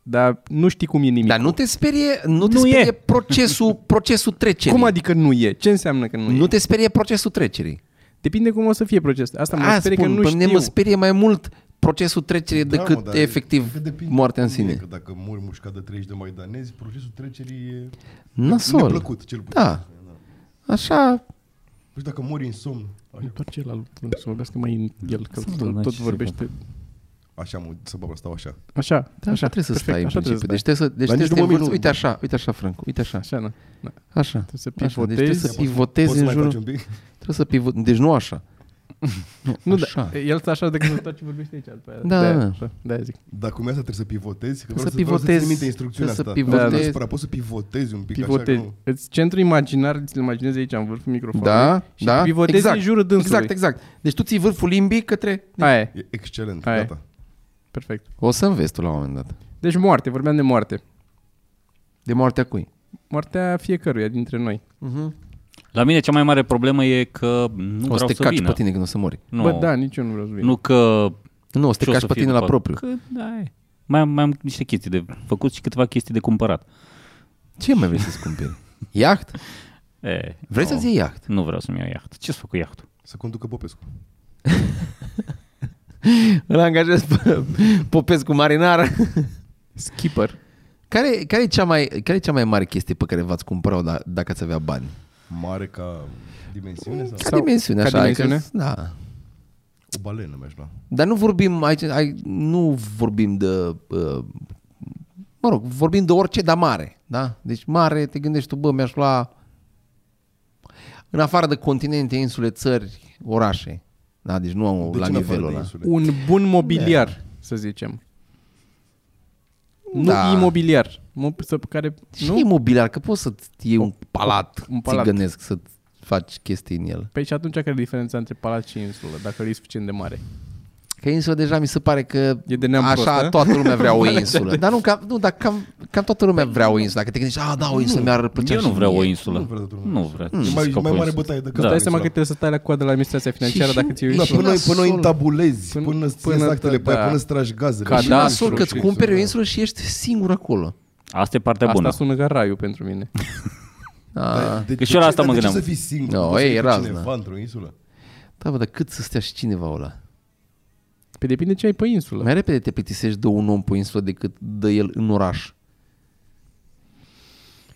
Speaker 2: Dar nu știi cum e nimic.
Speaker 1: Dar nu te sperie, nu te
Speaker 4: Nu
Speaker 1: sperie
Speaker 4: e.
Speaker 1: procesul, procesul trecerii.
Speaker 2: cum adică nu e? Ce înseamnă că nu,
Speaker 1: Nu
Speaker 2: e?
Speaker 1: te sperie procesul trecerii.
Speaker 2: Depinde cum o să fie procesul. Asta mă
Speaker 1: Aia
Speaker 2: sperie
Speaker 1: spun,
Speaker 2: că nu
Speaker 1: pe
Speaker 2: știu.
Speaker 1: mine mă sperie mai mult procesul trecerii
Speaker 3: Da,
Speaker 1: decât
Speaker 3: mă, dar
Speaker 1: efectiv
Speaker 3: cred că depinde
Speaker 1: moartea în
Speaker 3: cum e,
Speaker 1: sine.
Speaker 3: Că dacă mori mușcat de 30 de maidanezi, procesul trecerii e
Speaker 1: Nasol.
Speaker 3: neplăcut, cel puțin.
Speaker 1: Da. Așa,
Speaker 3: Nu știu dacă mori în somn. Așa,
Speaker 2: Întoarce la lucru, să vorbească mai în el, că
Speaker 4: Să mă,
Speaker 2: tot,
Speaker 4: n-ai
Speaker 2: tot
Speaker 4: ce să
Speaker 2: vorbește.
Speaker 3: așa mă, să bă, stau așa.
Speaker 2: Așa,
Speaker 1: da, așa trebuie să
Speaker 2: perfect,
Speaker 1: stai în
Speaker 2: așa trebuie
Speaker 1: principiu. Deci trebuie
Speaker 2: să
Speaker 1: să, deci trebuie
Speaker 3: Dar nici
Speaker 1: să
Speaker 3: nu
Speaker 1: te
Speaker 3: mă
Speaker 1: învăți.
Speaker 3: minun.
Speaker 1: Uite așa, uite așa, Franco, uite așa.
Speaker 2: Așa, na. na.
Speaker 1: Așa.
Speaker 2: Trebuie să
Speaker 1: Așa, deci trebuie
Speaker 2: pivotezi.
Speaker 1: să
Speaker 3: Poți
Speaker 1: pivotezi
Speaker 3: să
Speaker 1: în
Speaker 3: mai faci
Speaker 1: jurul...
Speaker 3: un pic?
Speaker 1: Trebuie să pivot... Deci nu așa.
Speaker 2: Nu,
Speaker 1: Așa.
Speaker 2: da, el stă așa de când tot ce vorbește aici. După aia.
Speaker 1: Da,
Speaker 2: de-aia,
Speaker 1: da.
Speaker 2: așa, de-aia zic.
Speaker 3: Dar cum e asta trebuie să pivotezi? Că
Speaker 1: Să
Speaker 3: vreau să, vreau să
Speaker 1: pivotezi,
Speaker 3: țin minte instrucțiunea
Speaker 1: trebuie să
Speaker 3: asta. Vreau
Speaker 1: pivotezi.
Speaker 3: neapărat, poți să pivotezi un pic
Speaker 2: Pivotezi.
Speaker 3: așa. că nu-
Speaker 2: Îți centru imaginar, ți-l imaginezi aici în vârful microfonului.
Speaker 1: Da,
Speaker 2: Păi, și
Speaker 1: da.
Speaker 2: pivotezi
Speaker 1: exact.
Speaker 2: în jurul dânsului.
Speaker 1: Exact, exact. Deci tu ții vârful limbii către...
Speaker 2: Aia e,
Speaker 3: E excelent,
Speaker 2: Hai.
Speaker 3: gata.
Speaker 2: perfect.
Speaker 1: O să înveți tu la un moment dat.
Speaker 2: Deci moarte, vorbeam de moarte.
Speaker 1: De moartea cui?
Speaker 2: Moartea fiecăruia dintre noi.
Speaker 1: Uh-huh.
Speaker 4: La mine cea mai mare problemă e că nu
Speaker 1: O să
Speaker 4: vreau
Speaker 1: te
Speaker 4: să
Speaker 1: caci
Speaker 4: vină.
Speaker 1: pe tine când o să mori.
Speaker 4: Nu,
Speaker 2: Bă, da, nici eu nu vreau să vin.
Speaker 4: nu că
Speaker 1: Nu, o să te
Speaker 4: ce o
Speaker 1: caci
Speaker 4: să
Speaker 1: pe
Speaker 4: fie
Speaker 1: tine la
Speaker 4: după-
Speaker 1: propriu.
Speaker 4: Că, da, e. mai, am, mai am niște chestii de făcut și câteva chestii de cumpărat.
Speaker 1: Ce mai vrei să-ți cumperi? Iaht?
Speaker 4: E,
Speaker 1: Vrei
Speaker 4: nu,
Speaker 1: să-ți iei iaht?
Speaker 4: Nu vreau să-mi iau iaht. Ce să fac cu iahtul?
Speaker 3: Să conducă Popescu.
Speaker 1: Îl angajez pe Popescu Marinar.
Speaker 2: Skipper.
Speaker 1: Care, care, e cea mai, care e cea mai mare chestie pe care v-ați cumpărat-o da- dacă ați avea bani?
Speaker 3: Mare ca dimensiune sau
Speaker 1: Ca dimensiune,
Speaker 2: ca
Speaker 1: așa. adică-
Speaker 2: dimensiune?
Speaker 1: da.
Speaker 3: o da. balenă mi-aș lua.
Speaker 1: Dar nu vorbim aici, ai, nu vorbim de, uh, mă rog, vorbim de orice, dar mare, da? Deci mare, te gândești tu, bă, mi-aș lua, în afară de continente, insule, țări, orașe, da? Deci nu am
Speaker 3: De
Speaker 1: la
Speaker 3: ce în afară
Speaker 1: nivelul
Speaker 3: de
Speaker 1: ăla.
Speaker 3: insule?
Speaker 2: Un
Speaker 1: Da.
Speaker 2: bun mobiliar, să zicem. Nu
Speaker 1: Da.
Speaker 2: imobiliar. Mo- să- care,
Speaker 1: Și
Speaker 2: nu?
Speaker 1: imobiliar, că poți să-ți iei un palat,
Speaker 2: un
Speaker 1: un
Speaker 2: palat.
Speaker 1: palat. țigănesc, să faci chestii în el.
Speaker 2: Păi și atunci care e diferența între palat și insulă, dacă e suficient de mare?
Speaker 1: Că insula deja mi se pare că
Speaker 2: E de neam
Speaker 1: așa
Speaker 2: prost, da?
Speaker 1: toată lumea vrea o insulă. dar nu, cam, nu, dar cam, cam toată lumea vrea o insulă. Dacă te gândești, a, da, o insulă mi-ar plăcea
Speaker 4: Eu nu
Speaker 1: și
Speaker 4: vreau
Speaker 1: mie."
Speaker 4: o insulă.
Speaker 3: Nu vreau toată lumea.
Speaker 4: Nu vreau.
Speaker 3: E
Speaker 4: Ce
Speaker 3: mai,
Speaker 4: să fac
Speaker 3: mai
Speaker 4: cu
Speaker 3: mare
Speaker 4: insulă?
Speaker 3: bătaie decât
Speaker 4: Da.
Speaker 2: Da,
Speaker 3: la
Speaker 2: Dai seama că
Speaker 3: insulă.
Speaker 2: trebuie să stai la coadă la administrația financiară
Speaker 1: Și-
Speaker 2: dacă ți-e
Speaker 1: și-
Speaker 3: Da,
Speaker 2: ușor.
Speaker 3: până, până îi tabulezi,
Speaker 2: Până-
Speaker 3: până, până îți
Speaker 2: până
Speaker 3: iei actele
Speaker 2: tă-
Speaker 3: pe aia,
Speaker 2: da.
Speaker 3: până îți tragi gazele.
Speaker 2: Ca
Speaker 1: Și
Speaker 2: da,
Speaker 1: nasol că-ți
Speaker 3: și-
Speaker 1: cumperi o
Speaker 3: da.
Speaker 1: insulă și ești singur acolo.
Speaker 4: Asta e partea
Speaker 2: Asta
Speaker 4: bună.
Speaker 2: sună ca raiul pentru mine.
Speaker 1: Da,
Speaker 3: Dar de
Speaker 4: Că și
Speaker 3: ce-
Speaker 4: eu la asta
Speaker 3: dar
Speaker 4: mă
Speaker 3: de ce
Speaker 4: gândeam.
Speaker 3: să fii singur?
Speaker 1: No,
Speaker 3: Nu poți să
Speaker 1: ei,
Speaker 3: fii cu
Speaker 1: razna.
Speaker 3: cineva într-o insulă?
Speaker 1: da bă, dar cât să stea și cineva ăla?
Speaker 2: Pe Păi depinde ce ai pe insulă.
Speaker 1: Mai repede te plictisești de un om pe insulă decât de el în oraș.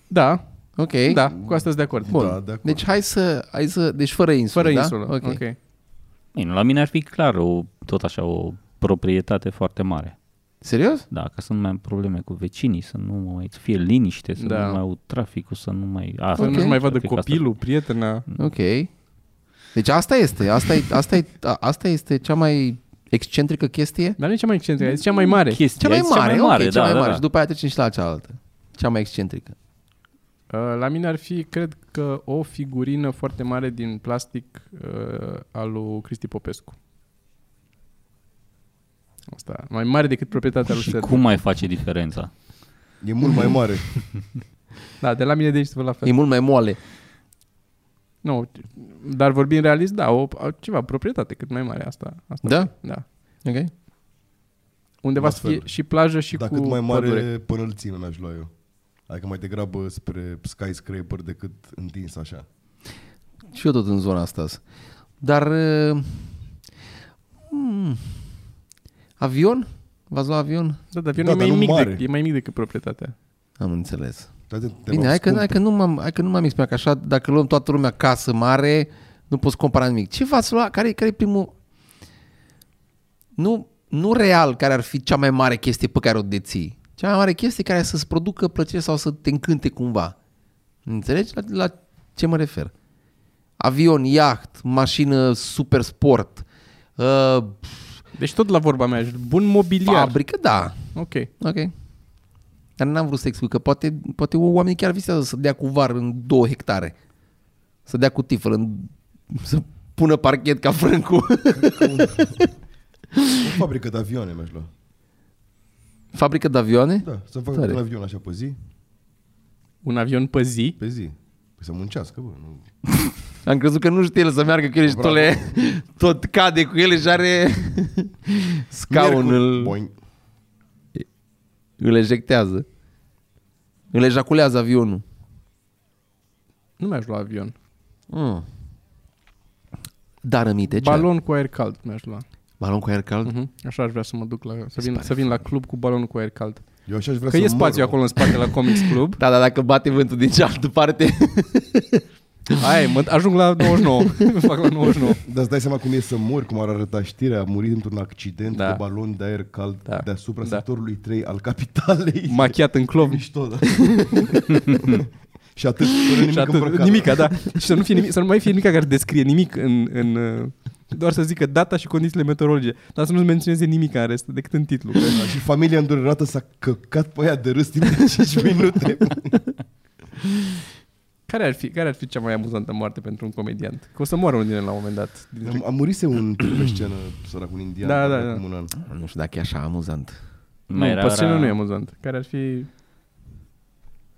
Speaker 2: Da,
Speaker 1: Ok?
Speaker 2: da, cu asta sunt de acord.
Speaker 1: Bun.
Speaker 3: Da, de acord.
Speaker 1: Deci hai să, hai să... Deci fără insulă,
Speaker 2: Fără
Speaker 1: da?
Speaker 2: insulă.
Speaker 1: Ok.
Speaker 2: Ok.
Speaker 4: Bine, la mine ar fi clar o, tot așa o proprietate foarte mare.
Speaker 1: Serios?
Speaker 4: Da, că să nu mai am probleme cu vecinii, să nu mai să fie liniște, să
Speaker 2: Da.
Speaker 4: nu mai au traficul, să nu mai... A,
Speaker 2: Să
Speaker 4: să
Speaker 2: nu-și mai vadă
Speaker 4: trafic, asta-
Speaker 2: copilul, prietena.
Speaker 1: Ok. Deci asta este. Asta, e, asta, e, a- asta este cea mai excentrică chestie?
Speaker 2: Dar nu e cea mai excentrică, e cea mai mare.
Speaker 4: Chestie,
Speaker 1: Cea mai
Speaker 4: e
Speaker 1: mare, cea mai mare, ok, cea
Speaker 4: da,
Speaker 1: mai
Speaker 4: da,
Speaker 1: mare.
Speaker 4: da.
Speaker 1: Și după aia trecem și la cealaltă. Cea mai excentrică.
Speaker 2: Uh, La mine ar fi, cred că, o figurină foarte mare din plastic uh, al lui Cristi Popescu. Asta, mai mare decât proprietatea lui
Speaker 4: Și
Speaker 2: Sergiu.
Speaker 4: cum mai face diferența?
Speaker 3: E mult mai mare.
Speaker 2: Da, de la mine de aici să vă la fel.
Speaker 1: E mult mai moale.
Speaker 2: Nu, dar vorbind realist, da, o, ceva, proprietate cât mai mare asta. asta
Speaker 1: Da?
Speaker 2: Da.
Speaker 1: Ok.
Speaker 2: Undeva
Speaker 3: La
Speaker 2: să fie
Speaker 3: fel.
Speaker 2: și plajă și
Speaker 3: Dar
Speaker 2: cu
Speaker 3: cât mai mare
Speaker 2: pădure.
Speaker 3: până îl țin mi-aș lua eu. Adică mai degrabă spre skyscraper decât întins așa.
Speaker 1: Și eu tot în zona asta. sunt. Dar... Uh, hmm, avion? V-ați luat avion?
Speaker 2: Da, dar
Speaker 3: Da,
Speaker 2: avionul
Speaker 3: dar
Speaker 2: e,
Speaker 3: nu
Speaker 2: mai mic
Speaker 3: mare.
Speaker 2: decât, e mai mic decât proprietatea.
Speaker 1: Am înțeles.
Speaker 3: Dar te- te
Speaker 1: Bine,
Speaker 3: luau
Speaker 1: hai că,
Speaker 3: scump.
Speaker 1: hai, că nu m-am, hai că nu m-am exprimat, că așa, dacă luăm toată lumea casă mare, nu poți compara nimic. Ce v-ați luat? Care, care e primul... Nu, nu real care ar fi cea mai mare chestie pe care o deții. Cea mai mare chestie care să-ți producă plăcere sau să te încânte cumva. Înțelegi la, la ce mă refer? Avion, iaht, mașină, super sport, uh,
Speaker 2: Deci tot la vorba mea, bun mobiliar.
Speaker 1: fabrică, da.
Speaker 2: Ok.
Speaker 1: Ok. Dar n-am vrut să exclud, că poate, poate oamenii chiar visează să dea cu var în două hectare. Să dea cu tifăl în... să pună parchet ca frâncu.
Speaker 3: O fabrică de avioane mi-aș lua.
Speaker 1: Fabrică de avioane?
Speaker 3: Da, să fac
Speaker 1: Tare.
Speaker 3: un avion așa pe zi,
Speaker 2: Un avion pe zi.
Speaker 3: pe zi. Păi să muncească, bă. Nu.
Speaker 1: Am crezut că nu știe el să meargă cu ele și tot,
Speaker 3: Bravo.
Speaker 1: le, tot cade cu ele și are scaunul,
Speaker 3: Miercuri,
Speaker 1: îl,
Speaker 3: boing.
Speaker 1: îl ejectează. Îl ejaculează avionul.
Speaker 2: Nu mi-aș lua avion.
Speaker 1: Mm. Dar aminte, ce?
Speaker 2: Balon cu aer cald mi-aș lua.
Speaker 1: Balon cu aer cald?
Speaker 2: Uh-huh. Așa aș vrea să mă duc la, să vin,
Speaker 1: pare
Speaker 2: să vin la club cu balonul cu aer cald.
Speaker 3: Eu așa aș vrea
Speaker 2: Că
Speaker 3: să
Speaker 2: e spațiu
Speaker 3: mor,
Speaker 2: acolo în spate la Comics Club.
Speaker 1: Da, da, dacă bate vântul din cealaltă parte.
Speaker 2: Aia e, mă, ajung la 99. Fac la 99.
Speaker 3: Dar îți dai seama cum e să mori, cum ar arăta știrea, a murit într-un accident
Speaker 2: Da.
Speaker 3: da. cu balon de aer cald
Speaker 2: Da.
Speaker 3: da. deasupra
Speaker 2: Da.
Speaker 3: da. sectorului 3 al capitalei.
Speaker 2: Machiat în clov.
Speaker 3: Mișto, da. și atât, fără nimic
Speaker 2: și atât.
Speaker 3: îmbrăcat.
Speaker 2: Nimica, da. Și să nu, fie nimic, să nu mai fie nimic care descrie nimic în, în, uh, doar să zică data și condițiile meteorologice, dar să nu menționeze nimic în rest, decât în titlu. Că...
Speaker 3: Da, și familia îndurerată s-a căcat pe ea de râs timp de 5 minute.
Speaker 2: Care ar, fi, care ar fi cea mai amuzantă moarte pentru un comediant? Că o să moară unul din ele la un moment dat. Din-
Speaker 3: Am- A murise un tip pe scenă, sărac, un indian,
Speaker 2: Da, da,
Speaker 3: acum
Speaker 2: da.
Speaker 3: un an.
Speaker 1: Nu știu dacă e așa amuzant.
Speaker 2: Nu,
Speaker 4: era-
Speaker 2: pe scenă
Speaker 4: era-
Speaker 2: nu e amuzant. Care ar fi...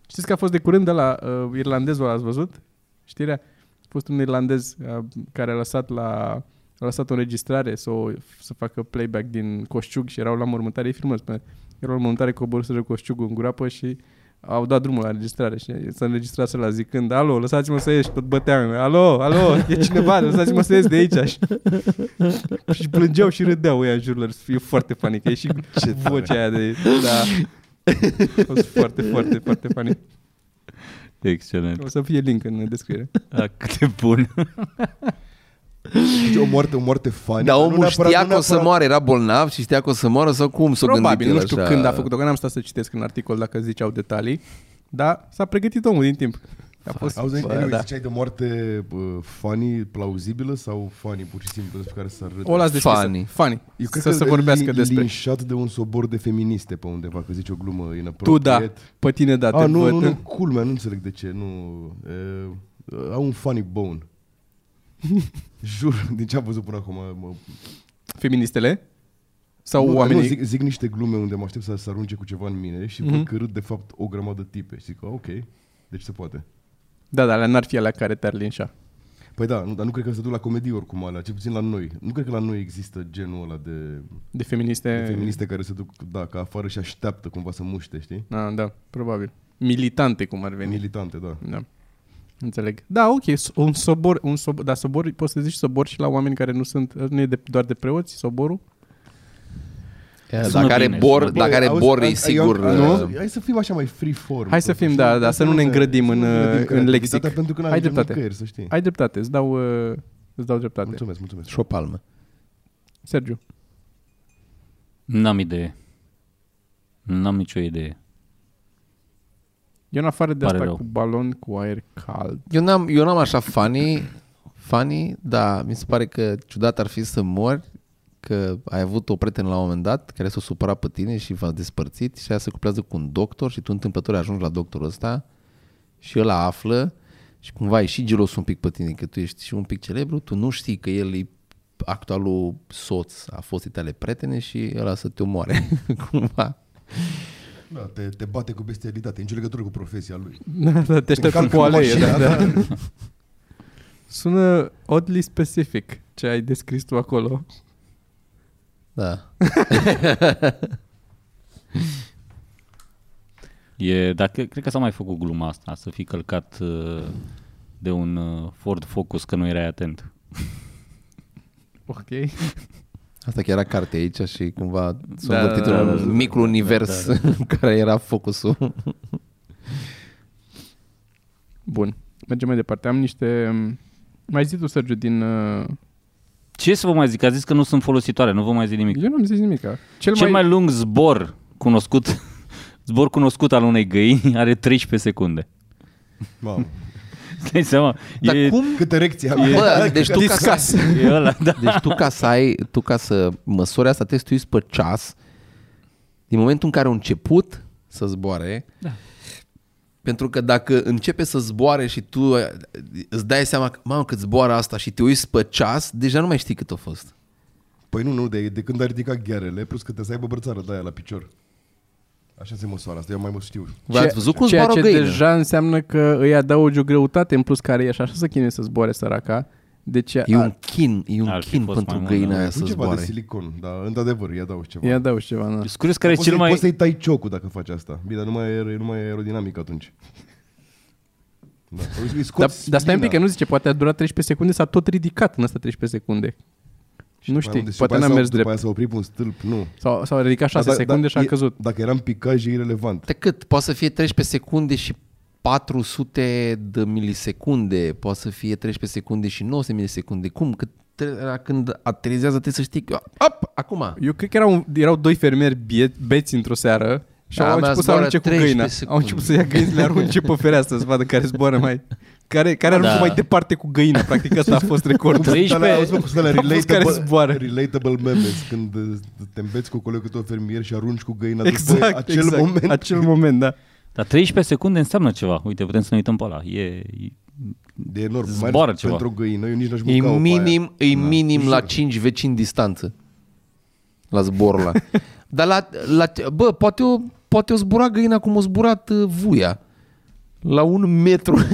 Speaker 2: Știți că a fost de curând de la uh, irlandezul, ați văzut? Știrea? A fost un irlandez uh, care a lăsat la a lăsat o înregistrare să, o, să facă playback din Coșciug și erau la mormântare, ei filmă, spune, erau la mormântare coborâsă Coșciugul în groapă și au dat drumul la înregistrare și s-a înregistrat să la zicând, alo, lăsați-mă să ieși, tot băteam, alo, alo, e cineva, lăsați-mă să ies de aici. Și, și plângeau și râdeau ăia în jurul lor, e foarte funny, că e și
Speaker 3: Ce
Speaker 2: vocea aia de... Da. A fost foarte, foarte, foarte funny.
Speaker 4: Excelent.
Speaker 2: O să fie link în descriere.
Speaker 4: Da, cât de bun.
Speaker 3: Deci o moarte, o moarte funny.
Speaker 1: Dar
Speaker 3: nu
Speaker 1: omul
Speaker 3: neapărat-
Speaker 1: știa
Speaker 3: nu
Speaker 1: că o să
Speaker 3: neapărat-
Speaker 1: moară, era bolnav și știa că o să moară sau cum s-o
Speaker 2: Probabil,
Speaker 1: gândit el
Speaker 2: nu știu
Speaker 1: așa?
Speaker 2: când a făcut-o, că n-am stat să citesc în articol dacă ziceau detalii, dar s-a pregătit omul din timp. A fost...
Speaker 3: Auzi,
Speaker 1: Bă,
Speaker 3: anyway,
Speaker 1: da.
Speaker 3: ziceai de moarte bă, funny, plauzibilă sau funny, pur și simplu, despre care să râde?
Speaker 2: O las deschisă.
Speaker 1: Funny.
Speaker 2: Funny.
Speaker 3: Eu cred
Speaker 2: să
Speaker 3: că
Speaker 2: se vorbească
Speaker 3: li-
Speaker 2: despre...
Speaker 3: linșat de un sobor de feministe pe undeva, că zice o glumă
Speaker 2: Tu
Speaker 3: inapropiat.
Speaker 2: da, pe tine da, te
Speaker 3: A, Ah, nu,
Speaker 2: văd.
Speaker 3: nu, nu, culmea, nu înțeleg de ce, nu. E, au un funny bone. Jur, din ce am văzut până acum. Mă,
Speaker 2: Feministele? Sau
Speaker 3: nu,
Speaker 2: oamenii? Mhm.
Speaker 3: Nu, zic, zic, niște glume unde mă aștept să se arunce cu ceva în mine și văd că râd de fapt o grămadă de tipe. Și zic, "Ah, ok, deci se poate.
Speaker 2: Da, dar alea n-ar fi alea care te-ar linșa.
Speaker 3: Păi da, nu, dar nu cred că se duc la comedii oricum alea, cel puțin la noi. Nu cred că la noi există genul ăla de,
Speaker 2: De feministe...
Speaker 3: de feministe care se duc, da, ca afară și așteaptă cumva să muște, știi?
Speaker 2: Ah, da, probabil. Militante, cum ar veni.
Speaker 3: Militante, da.
Speaker 2: Da. Înțeleg. Da, ok, s- un sobor, un sobor, dar sobor, poți să zici sobor și la oameni care nu sunt, nu e de, doar de preoți, soborul?
Speaker 1: Dacă
Speaker 4: Sună
Speaker 1: are
Speaker 4: bine,
Speaker 1: bor,
Speaker 4: sună bine.
Speaker 1: dacă are
Speaker 3: Auzi,
Speaker 1: bor,
Speaker 3: a-
Speaker 1: e
Speaker 3: eu-
Speaker 1: sigur...
Speaker 3: a-
Speaker 1: uh,
Speaker 3: Hai să fim așa mai free form.
Speaker 2: Hai să
Speaker 3: totuși.
Speaker 2: fim, da, da, să nu ne îngrădim în,
Speaker 3: îngrădim
Speaker 2: în
Speaker 3: creativitatea,
Speaker 2: lexic.
Speaker 3: Pentru că
Speaker 2: Hai
Speaker 3: n-am Hai
Speaker 2: dreptate.
Speaker 3: nicăieri, să știi.
Speaker 2: Ai dreptate, îți dau, uh, îți dau dreptate.
Speaker 3: Mulțumesc, mulțumesc.
Speaker 1: Și o palmă.
Speaker 2: Sergiu,
Speaker 4: N-am idee. N-am nicio idee.
Speaker 2: eu în afară de
Speaker 4: Pare
Speaker 2: asta
Speaker 4: rău.
Speaker 2: cu balon cu aer cald.
Speaker 1: Eu n-am, eu n-am așa funny, funny, dar mi se pare că ciudat ar fi să mori, că ai avut o prietenă la un moment dat care s-a supărat pe tine și v-ați despărțit și aia se cuplează cu un doctor și tu întâmplător ajungi la doctorul ăsta și ăla află și cumva e și gelos un pic pe tine, că tu ești și un pic celebru, tu nu știi că el e actualul soț a fostei tale prietene și ăla să te omoare cumva.
Speaker 3: Da, te, te bate cu bestialitate, e nicio legătură cu profesia lui.
Speaker 2: Da, da, te aștepți
Speaker 3: calcă
Speaker 2: cu o
Speaker 3: în
Speaker 2: aleie. Da,
Speaker 3: mașină.
Speaker 2: da. Sună oddly specific ce ai descris tu acolo.
Speaker 1: Da.
Speaker 4: E, dar cred, cred că s-a mai făcut gluma asta, să fi călcat uh, de un uh, Ford Focus că nu erai atent.
Speaker 2: Ok.
Speaker 1: Asta chiar era carte aici și cumva s-a
Speaker 2: Da,
Speaker 1: învârtit
Speaker 2: da, da,
Speaker 1: un
Speaker 2: da, da,
Speaker 1: micul univers în care era focusul.
Speaker 2: Bun, mergem mai departe. Am niște... mm, Mai zi tu, Sergiu, din... uh,
Speaker 4: Ce să vă mai zic? A zis că nu sunt folositoare, nu vă mai zic nimic.
Speaker 2: Eu n-am zis nimic. Cel,
Speaker 4: Cel mai lung zbor cunoscut, zbor cunoscut al unei găini are 13 secunde.
Speaker 3: Mamă,
Speaker 4: Îți dai seama?
Speaker 1: Dar
Speaker 4: e,
Speaker 1: cum?
Speaker 3: câtă erecție am.
Speaker 1: Bă, deci tu, ca să,
Speaker 4: e ăla, da.
Speaker 1: deci tu ca să ai, tu ca să măsori asta, trebuie să te uiți pe ceas din momentul în care au început să zboare. Da. Pentru că dacă începe să zboare și tu eh, îți dai seama că, mamă, cât zboară asta și te uiți pe ceas, deja nu mai știi cât a fost.
Speaker 3: Păi nu, nu, de, de când a ridicat ghearele, plus că te să aibă brățară de aia la picior. Așa se măsoară asta, eu mai mă știu.
Speaker 1: Voi ați văzut cum
Speaker 2: ceea
Speaker 1: zboară o
Speaker 2: ce
Speaker 1: găină?
Speaker 2: deja înseamnă că îi adaugi o greutate în plus care e așa, așa să chinuie să zboare săraca. Deci
Speaker 1: E
Speaker 2: a,
Speaker 1: un chin, e un
Speaker 4: Ar fi
Speaker 1: chin
Speaker 4: fost
Speaker 1: pentru
Speaker 4: mai mult,
Speaker 1: găina
Speaker 4: da.
Speaker 1: aia
Speaker 3: Pui
Speaker 1: să
Speaker 3: ceva de
Speaker 1: zboare.
Speaker 3: silicon, dar într-adevăr îi adaugi ceva.
Speaker 2: îi adaugi ceva. da. Na.
Speaker 4: Sunt curios care e
Speaker 3: Poți
Speaker 4: cel
Speaker 3: să-i-
Speaker 4: mai...
Speaker 3: Poți să-i tai ciocul dacă faci asta. Bine, dar nu mai e, nu mai e aerodinamic atunci. Da. Îi- îi
Speaker 2: Dar,
Speaker 3: scoți
Speaker 2: dar stai un pic,
Speaker 3: lina.
Speaker 2: că nu zice, poate a durat 13 secunde, s-a tot ridicat în asta 13 secunde.
Speaker 3: Și
Speaker 2: nu
Speaker 3: după
Speaker 2: știi,
Speaker 3: aia unde- și
Speaker 2: poate
Speaker 3: după aia
Speaker 2: n-a
Speaker 3: s-a-
Speaker 2: mers
Speaker 3: După
Speaker 2: drept.
Speaker 3: aia s-a oprit pe un stâlp, nu.
Speaker 2: Sau, sau a ridicat 6
Speaker 3: Da, da,
Speaker 2: secunde
Speaker 3: da,
Speaker 2: și a
Speaker 3: e-
Speaker 2: căzut.
Speaker 3: Dacă eram picaj, e irrelevant.
Speaker 1: De cât? Poate să fie 13 secunde și 400 de milisecunde, poate să fie 13 secunde și 900 milisecunde. Cum? Cât tre- era când aterizează trebuie să știi că... Op! Acum!
Speaker 2: Eu cred că erau, un- erau doi fermieri bie, beți într-o seară și
Speaker 1: Da,
Speaker 2: au
Speaker 1: mea
Speaker 2: început să
Speaker 1: zboară
Speaker 2: arunce cu
Speaker 1: 13
Speaker 2: găina. Au
Speaker 1: secunde.
Speaker 2: început să ia găini, să le arunce pe fereastră să vadă care zboară mai Care, care a ajuns
Speaker 4: Da.
Speaker 2: mai departe cu găina, practic asta a fost recordul.
Speaker 4: Trei- 13.
Speaker 3: Sunt
Speaker 2: Am fost care
Speaker 3: relatable,
Speaker 2: zboară.
Speaker 3: relatable memes Când uh, te înveți cu colegul tău fermier Și arunci cu găina
Speaker 2: Exact,
Speaker 3: după acel
Speaker 2: exact,
Speaker 3: moment
Speaker 2: Acel moment, da.
Speaker 4: Dar 13 secunde înseamnă ceva. Uite, putem să ne uităm pe ăla. E...
Speaker 3: De enorm
Speaker 4: Zboară
Speaker 3: Mai ales
Speaker 4: ceva.
Speaker 3: Pentru o găină Eu nici n-aș
Speaker 1: E
Speaker 3: mânca
Speaker 1: minim, e minim la 5 vecini distanță. La zborul ăla. Dar la, la, bă, poate o, poate o zbura găina cum o zburat uh, vuia. La un metru.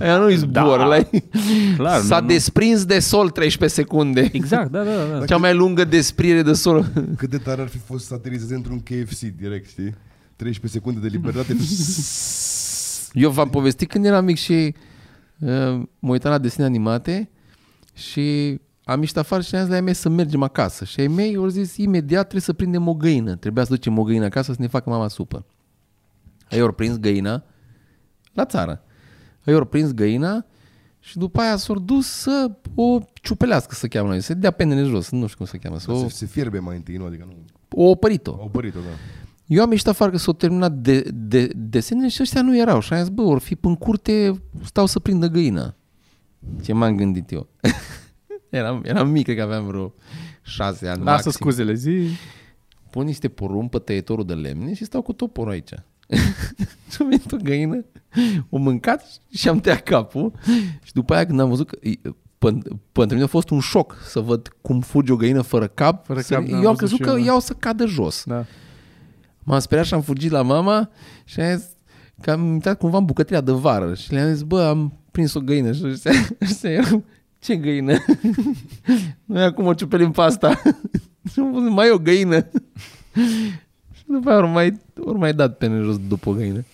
Speaker 1: Aia nu-i zbor.
Speaker 4: Da.
Speaker 1: Da.
Speaker 4: Clar,
Speaker 1: S-a
Speaker 4: nu- nu.
Speaker 1: desprins de sol 13 secunde.
Speaker 4: Exact, da, da, da.
Speaker 1: Cea mai lungă desprire de sol.
Speaker 3: Cât de tare ar fi fost să aterizeze într-un KFC direct, știi? 13 secunde de libertate.
Speaker 1: Eu v-am povestit când eram mic și uh, mă uitam la desene animate și am ieșit afară și ne-am zis la ei mei să mergem acasă. Și ai mei au zis imediat trebuie să prindem o găină. Trebuia să ducem o găină acasă să ne facă mama supă. Ei au prins găina la țară. Ei au prins găina și după aia s-au dus să o ciupelească, să cheamă noi, să dea penele jos, nu știu cum se cheamă, să o,
Speaker 3: Da, se, se fierbe mai întâi, nu? Adică nu.
Speaker 1: o opărit-o.
Speaker 3: Au părit-o, da.
Speaker 1: Eu am ieșit afară că s-au terminat de, de, desenele și ăștia nu erau. Și am zis, bă, ori fi în curte, stau să prindă găină. Ce m-am gândit eu. eram, eram mic, cred că aveam vreo șase ani
Speaker 2: Lasă
Speaker 1: maxim.
Speaker 2: scuzele, zi.
Speaker 1: Pun niște porumb pe tăietorul de lemne și stau cu toporul aici. și a venit o găină, o mâncat și am tăiat capul. Și după aia când am văzut că... Pentru mine a fost un șoc să văd cum fuge o găină fără cap.
Speaker 2: Fără
Speaker 1: Să-
Speaker 2: cap, da, am
Speaker 1: eu am
Speaker 2: văzut
Speaker 1: crezut
Speaker 2: și
Speaker 1: că
Speaker 2: eu, da.
Speaker 1: iau să cadă jos.
Speaker 2: Da.
Speaker 1: M-am speriat și am fugit la mama și am zis că am intrat cumva în bucătăria de vară și le-am zis, bă, am prins o găină și ăștia, ăștia erau, ce găină? Noi acum o ciupelim pasta. Și am pus, mai e o găină. Și după aia ori mai, ori mai dat pe jos după o găină.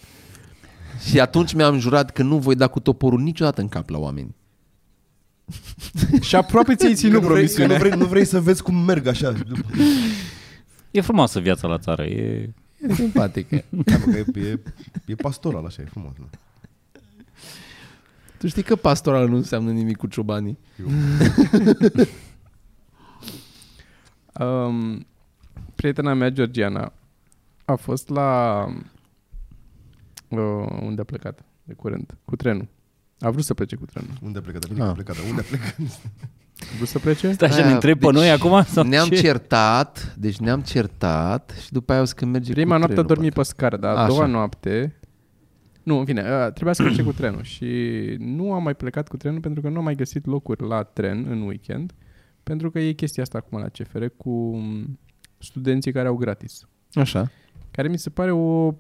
Speaker 1: Și atunci mi-am jurat că nu voi da cu toporul niciodată în cap la oameni.
Speaker 2: Și aproape ți-ai ținut
Speaker 3: Că nu, vrei, că nu,
Speaker 2: promisiunea.
Speaker 3: vrei, nu vrei să vezi cum merg așa.
Speaker 4: E frumoasă viața la țară. E...
Speaker 1: E simpatic.
Speaker 3: Da, bă, că e, e, e pastoral așa, e frumos. Da.
Speaker 1: tu știi că pastoral nu înseamnă nimic cu ciobanii.
Speaker 2: Um, prietena mea, Georgiana, a fost la... Uh, unde a plecat de curând? Cu trenul. A vrut să plece cu trenul.
Speaker 3: Unde a plecat? Bine că
Speaker 1: Ah.
Speaker 3: a plecat, dar unde a plecat?
Speaker 2: A vrut să plece?
Speaker 4: Stai așa,
Speaker 1: Aia,
Speaker 4: Da, ne întreb pe
Speaker 1: deci
Speaker 4: noi acum? Sau
Speaker 1: Ne-am
Speaker 4: ce?
Speaker 1: certat, deci ne-am certat și după aia o să că merge
Speaker 2: Prima
Speaker 1: cu
Speaker 2: noapte a
Speaker 1: trenul,
Speaker 2: dormit pe scară, dar a
Speaker 1: Așa.
Speaker 2: doua noapte... Nu, în fine, a, trebuia să plece cu trenul și nu am mai plecat cu trenul pentru că nu am mai găsit locuri la tren în weekend pentru că e chestia asta acum la CFR cu um, studenții care au gratis.
Speaker 1: Așa.
Speaker 2: care mi se pare o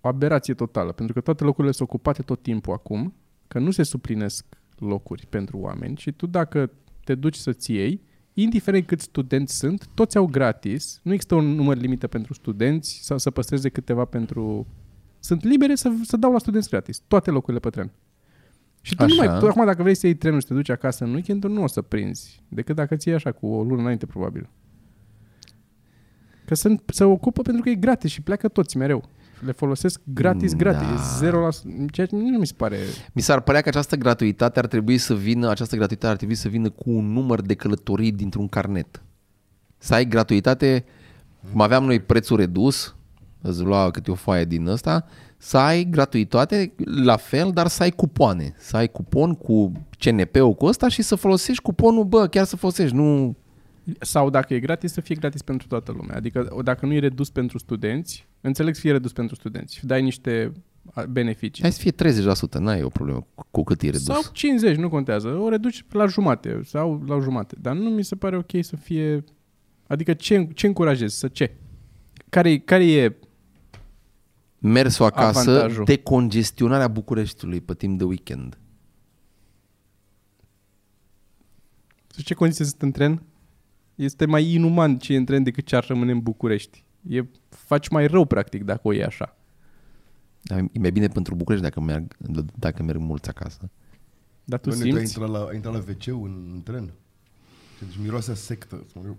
Speaker 2: aberație totală, pentru că toate locurile sunt ocupate tot timpul acum, că nu se suplinesc locuri pentru oameni și tu dacă te duci să-ți iei, indiferent câți studenți sunt, toți au gratis, nu există un număr limită pentru studenți sau să păstreze câteva pentru... Sunt libere să, să dau la studenți gratis, toate locurile pe tren. Și tu, nu
Speaker 1: Așa.
Speaker 2: mai, tu acum dacă vrei să iei trenul și te duci acasă în weekend, nu o să prinzi, decât dacă ți iei așa cu o lună înainte probabil. Că sunt, se ocupă pentru că e gratis și pleacă toți mereu. Le folosesc gratis, gratis.
Speaker 1: Da.
Speaker 2: E Zero la, ceea ce nu mi se pare...
Speaker 1: Mi s-ar părea că această gratuitate ar trebui să vină, această gratuitate ar trebui să vină cu un număr de călătorii dintr-un carnet. Să ai gratuitate, cum aveam noi prețul redus, îți lua câte o foaie din ăsta, să ai gratuitate la fel, dar să ai cupoane. Să ai cupon cu CNP-ul cu ăsta și să folosești cuponul, bă, chiar să folosești, nu...
Speaker 2: Sau dacă e gratis, să fie gratis pentru toată lumea. Adică dacă nu e redus pentru studenți, înțeleg să fie redus pentru studenți. Dai niște a, beneficii.
Speaker 1: Hai să fie 30%, n-ai o problemă cu- cu cât e redus.
Speaker 2: Sau 50, nu contează. O reduci la jumate sau la jumate. Dar nu mi se pare ok să fie... Adică ce, ce încurajezi? Să ce? Care, care e...
Speaker 1: mersul acasă,
Speaker 2: Avantajul.
Speaker 1: Avantajul. decongestionarea Bucureștiului pe timp de weekend.
Speaker 2: Să ce condiții sunt în tren? Este mai inuman ce e în tren decât ce ar rămâne în București. E, faci mai rău, practic, dacă o iei așa.
Speaker 1: Dar E mai bine pentru București dacă merg, d- dacă merg mulți acasă.
Speaker 2: Dar tu
Speaker 3: Bă, nu, ai
Speaker 2: simți?
Speaker 3: intrat la, ai intrat la wc în, în tren. Și Deci miroase a sectă. Mă rog.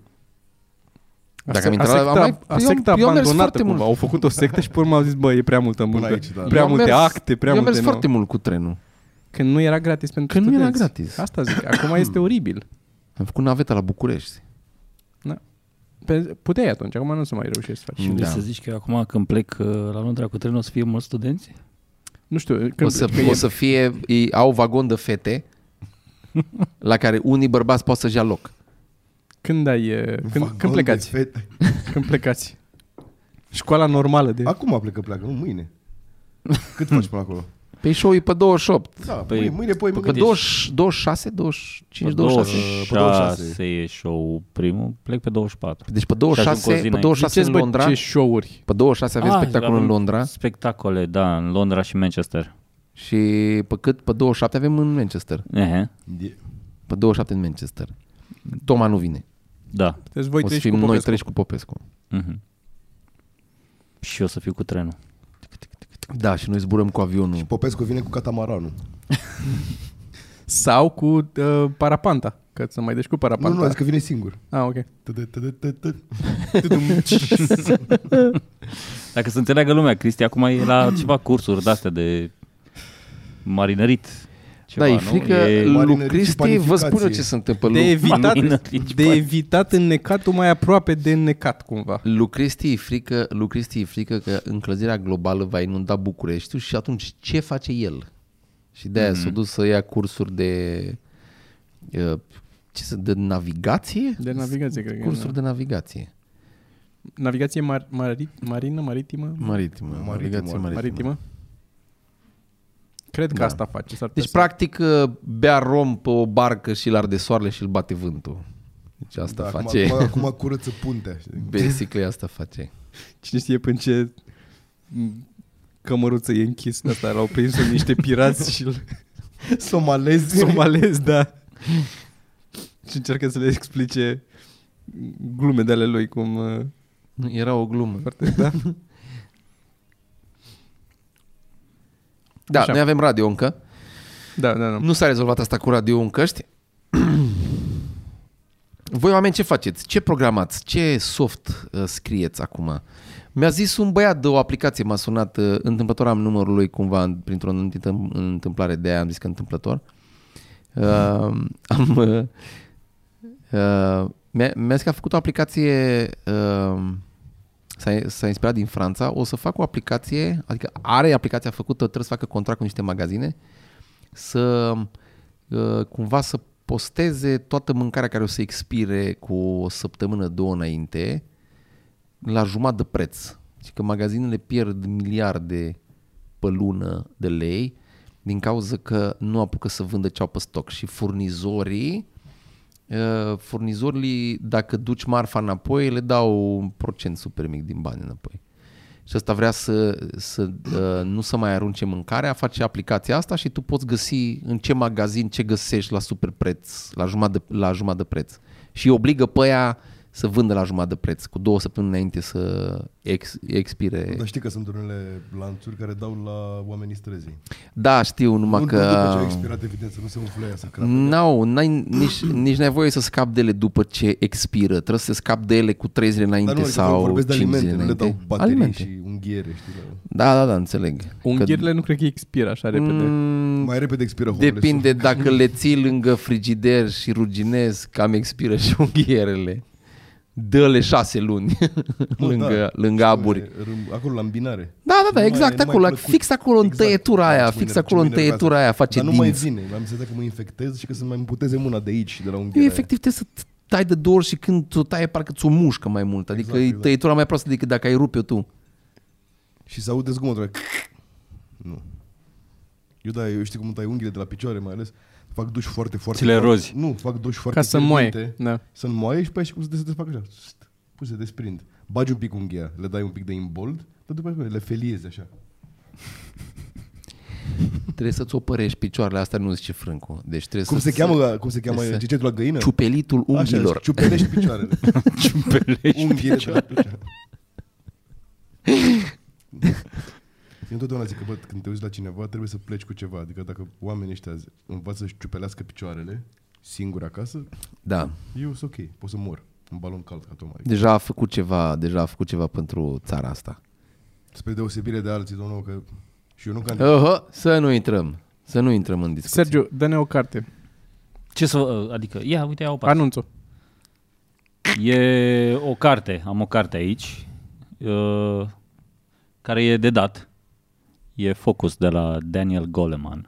Speaker 1: Dacă
Speaker 2: se-
Speaker 1: am intrat,
Speaker 2: secta,
Speaker 1: am mai-
Speaker 2: a
Speaker 1: eu-
Speaker 2: secta
Speaker 1: eu am mers
Speaker 2: abandonată
Speaker 1: foarte
Speaker 2: cumva.
Speaker 1: mult.
Speaker 2: Au făcut o sectă și pe urmă au zis, bă, e prea multă muncă.
Speaker 3: aici, da.
Speaker 2: Prea
Speaker 1: Eu am
Speaker 2: multe
Speaker 1: mers-
Speaker 2: acte, prea
Speaker 1: eu am
Speaker 2: multe...
Speaker 1: mers
Speaker 2: nu.
Speaker 1: foarte mult cu trenul.
Speaker 2: Când nu era gratis pentru
Speaker 1: Când nu era
Speaker 2: studenți.
Speaker 1: gratis.
Speaker 2: Asta zic. Acum este oribil. Da.
Speaker 1: Am făcut naveta la București.
Speaker 2: Pe, puteai atunci, acum nu o să mai reușești să faci.
Speaker 4: Și vrei
Speaker 1: Da.
Speaker 4: să zici că acum când plec uh, la Londra cu trenul o să fie mulți studenți?
Speaker 2: Nu știu, când,
Speaker 1: O să,
Speaker 2: că
Speaker 1: o
Speaker 2: e-
Speaker 1: să fie, ei au vagon de fete la care unii bărbați pot să-și ia loc.
Speaker 2: când ai... e, Când,
Speaker 3: Vagon
Speaker 2: când plecați?
Speaker 3: de fete.
Speaker 2: Când plecați? Școala normală de...
Speaker 3: Acum plecă, pleacă, nu mâine. Cât faci până acolo?
Speaker 1: Pe show Păi e pe 28.
Speaker 3: Da,
Speaker 4: Păi,
Speaker 3: păi, mâine, poi,
Speaker 1: Pe
Speaker 3: mâine.
Speaker 1: 20, 26, 25, 26.
Speaker 4: 26 e show primul, plec pe 24.
Speaker 1: Deci pe
Speaker 4: Și ajung cu o zi
Speaker 1: 26, pe
Speaker 4: înainte.
Speaker 1: 26
Speaker 2: Ziceți,
Speaker 1: în
Speaker 2: bă,
Speaker 1: Londra,
Speaker 2: ce show-uri.
Speaker 1: pe 26 avem
Speaker 4: Ah,
Speaker 1: spectacol
Speaker 4: avem
Speaker 1: în Londra
Speaker 4: Spectacole, da, în Londra și Manchester.
Speaker 1: și pe cât? Pe 27 avem în Manchester.
Speaker 4: Ehe,
Speaker 3: E-
Speaker 1: Pe 27 în Manchester. Toma nu vine.
Speaker 4: da.
Speaker 2: Deci voi
Speaker 1: o să
Speaker 2: treci
Speaker 1: fim
Speaker 2: cu
Speaker 1: noi
Speaker 2: Popescu.
Speaker 1: treci cu Popescu.
Speaker 4: Mhm. Și eu să fiu cu trenul.
Speaker 1: Da, și noi zburăm cu avionul.
Speaker 3: Și Popescu vine cu catamaranul.
Speaker 2: Sau cu uh, parapanta. Că să mai deci cu parapanta.
Speaker 1: da.
Speaker 3: Nu, nu, zic că vine singur.
Speaker 2: Ah, ok.
Speaker 3: Tădă, tădă, tădă.
Speaker 4: Dacă să înțeleagă lumea, Cristi acum e la ceva cursuri de-astea de marinărit. Ceva,
Speaker 1: da, e
Speaker 4: nu?
Speaker 1: frică
Speaker 4: E-
Speaker 1: lui
Speaker 3: marinării și
Speaker 1: Cristi, vă
Speaker 3: panificație.
Speaker 1: spun eu ce se întâmplă.
Speaker 2: De
Speaker 1: Lui,
Speaker 2: evitat,
Speaker 4: Marinării.
Speaker 2: de evitat înnecatul mai aproape de înnecat, cumva.
Speaker 1: lui Cristi e frică, lui Cristi e frică că încălzirea globală va inunda Bucureștiul și atunci ce face el? Și de aia s-a dus să ia cursuri de uh, ce sunt, de navigație?
Speaker 2: De navigație, cred că. e,
Speaker 1: Cursuri
Speaker 2: da.
Speaker 1: de navigație.
Speaker 2: Navigație mar- mari- marină, maritimă?
Speaker 1: Maritimă. Navigație maritimă.
Speaker 2: Maritimă? Cred că
Speaker 1: Da.
Speaker 2: asta face. S-ar putea
Speaker 1: Deci,
Speaker 2: să-
Speaker 1: practic, uh, bea rom pe o barcă și îl arde soarele și îl bate vântul. Deci asta
Speaker 3: Da, acum-
Speaker 1: face.
Speaker 3: Acum, acum curăță puntea. știi?
Speaker 1: Basically asta face.
Speaker 2: Cine știe până ce m, cămăruță e închis de asta, l-au prins niște pirați și îl
Speaker 3: Somalezi.
Speaker 2: somalez, da. Și încearcă să le explice glume de ale lui, cum uh,
Speaker 1: Nu, Era o glumă.
Speaker 2: foarte, da?
Speaker 1: Da, Așa.
Speaker 2: Așa.
Speaker 1: noi avem radio încă.
Speaker 2: Da, da, da.
Speaker 1: Nu s-a rezolvat asta cu radio în căști. Voi oameni ce faceți? Ce programați? Ce soft uh, scrieți acum? Mi-a zis un băiat de o aplicație, m-a sunat, uh, întâmplător am numărul lui cumva în- printr-o anumită întâmplare, de aia am zis că întâmplător. Uh, am, uh, uh, mi-a, mi-a zis că a făcut o aplicație, uh, s-a, s-a inspirat din Franța, o să fac o aplicație, adică are aplicația făcută, trebuie să facă contract cu niște magazine, să uh, cumva să posteze toată mâncarea care o să expire cu o săptămână, două înainte, la jumătate de preț. Și că magazinele pierd miliarde pe lună de lei din cauza că nu apucă să vândă ce au pe stoc. Și furnizorii, uh, furnizorii, dacă duci marfa înapoi, le dau un procent super mic din bani înapoi. Și asta vrea să, să uh, nu să mai arunce mâncarea, face aplicația asta și tu poți găsi în ce magazin ce găsești la super preț, la jumătate de, la jumătate de preț. Și îi obligă pe aia să vândă la jumătate de preț, cu două săptămâni înainte să ex, expire.
Speaker 3: Dar știi că sunt unele lanțuri care dau la oamenii străzii.
Speaker 1: Da, știu, numai
Speaker 3: nu,
Speaker 1: că...
Speaker 3: nu după ce au expirat, evident, să nu se umfle aia să crapă.
Speaker 1: No, n-ai, nici, nici n-ai voie să scapi de ele după ce expiră. Trebuie să scapi de ele cu 30 zile înainte
Speaker 3: Dar nu, adică
Speaker 1: sau
Speaker 3: vorbesc de
Speaker 1: 5 zile
Speaker 3: alimente, nu le
Speaker 1: înainte.
Speaker 3: dau baterii
Speaker 1: alimente.
Speaker 3: alimente. și unghiere, știi? la-
Speaker 1: Da, da, da, înțeleg.
Speaker 2: Unghiurile nu cred că expiră așa repede.
Speaker 1: Mm,
Speaker 3: Mai repede expiră homeless-ul.
Speaker 1: Depinde dacă le ții lângă frigider și ruginez, cam expiră și unghierele. Dă-le șase luni
Speaker 3: Bă,
Speaker 1: lângă,
Speaker 3: da.
Speaker 1: lângă aburi.
Speaker 3: Râm- Acolo, la îmbinare.
Speaker 1: Da, da, da,
Speaker 3: Nu mai-
Speaker 1: exact
Speaker 3: nu mai
Speaker 1: acolo,
Speaker 3: plăcut.
Speaker 1: fix acolo în
Speaker 3: Exact.
Speaker 1: tăietura
Speaker 3: Da,
Speaker 1: aia,
Speaker 3: ce
Speaker 1: fix
Speaker 3: mă- ce
Speaker 1: acolo
Speaker 3: mă
Speaker 1: în tăietura
Speaker 3: enervează.
Speaker 1: aia face
Speaker 3: Dar nu mai
Speaker 1: dinți.
Speaker 3: vine, am senzația că mă infectez și că să mai împuteze mâna de aici, de la
Speaker 1: E
Speaker 3: unghiere.
Speaker 1: efectiv trebuie să t- tai de două ori și când ți-o taie parcă ți-o mușcă mai mult. Adică
Speaker 3: Exact,
Speaker 1: e
Speaker 3: exact.
Speaker 1: tăietura mai proastă decât dacă ai rupe-o tu.
Speaker 3: Și se aude zgomotul ăla. Nu. Eu da, eu știu cum îmi tai unghiile de la picioare mai ales. Fac duș foarte, foarte...
Speaker 4: Ți le
Speaker 3: foarte-
Speaker 4: rozi.
Speaker 3: Nu, fac duș foarte
Speaker 2: Ca să moaie.
Speaker 3: fierbinte,
Speaker 2: Da.
Speaker 3: Să nu moaie și pe aia și cum să te- să desfac așa. Șt, Pui să desprind. Bagi un pic unghia, le dai un pic de imbold, dar după aceea le feliezi așa.
Speaker 1: Trebuie să-ți opărești picioarele astea, nu zice frâncul. Deci trebuie
Speaker 3: Cum
Speaker 1: să
Speaker 3: se cheamă, la- cum se cheamă
Speaker 1: să-
Speaker 3: gigetul la găină?
Speaker 1: ciupelitul
Speaker 3: Așa, deci
Speaker 1: unghiilor.
Speaker 3: ciupelești picioarele.
Speaker 4: Ciumpelești.
Speaker 3: Unghiile de la picioare. Eu întotdeauna zic că, bă, când te uiți la cineva, trebuie să pleci cu ceva. Adică dacă oamenii ăștia zi- învață să-și ciupelească picioarele singuri acasă,
Speaker 1: Da.
Speaker 3: eu sunt ok, pot să mor. Un balon cald ca adică. tocmai.
Speaker 1: Deja a făcut ceva, deja a făcut ceva pentru țara asta.
Speaker 3: Spre deosebire de alții, domnul, că și eu nu can...
Speaker 1: Aha, să nu intrăm. Să nu intrăm în discuție.
Speaker 2: Sergiu, dă-ne o carte.
Speaker 4: Ce să... Adică, ia, uite, ia o parte.
Speaker 2: Anunț-o.
Speaker 4: E o carte, am o carte aici, uh, care e de dat. E Focus de la Daniel Goleman.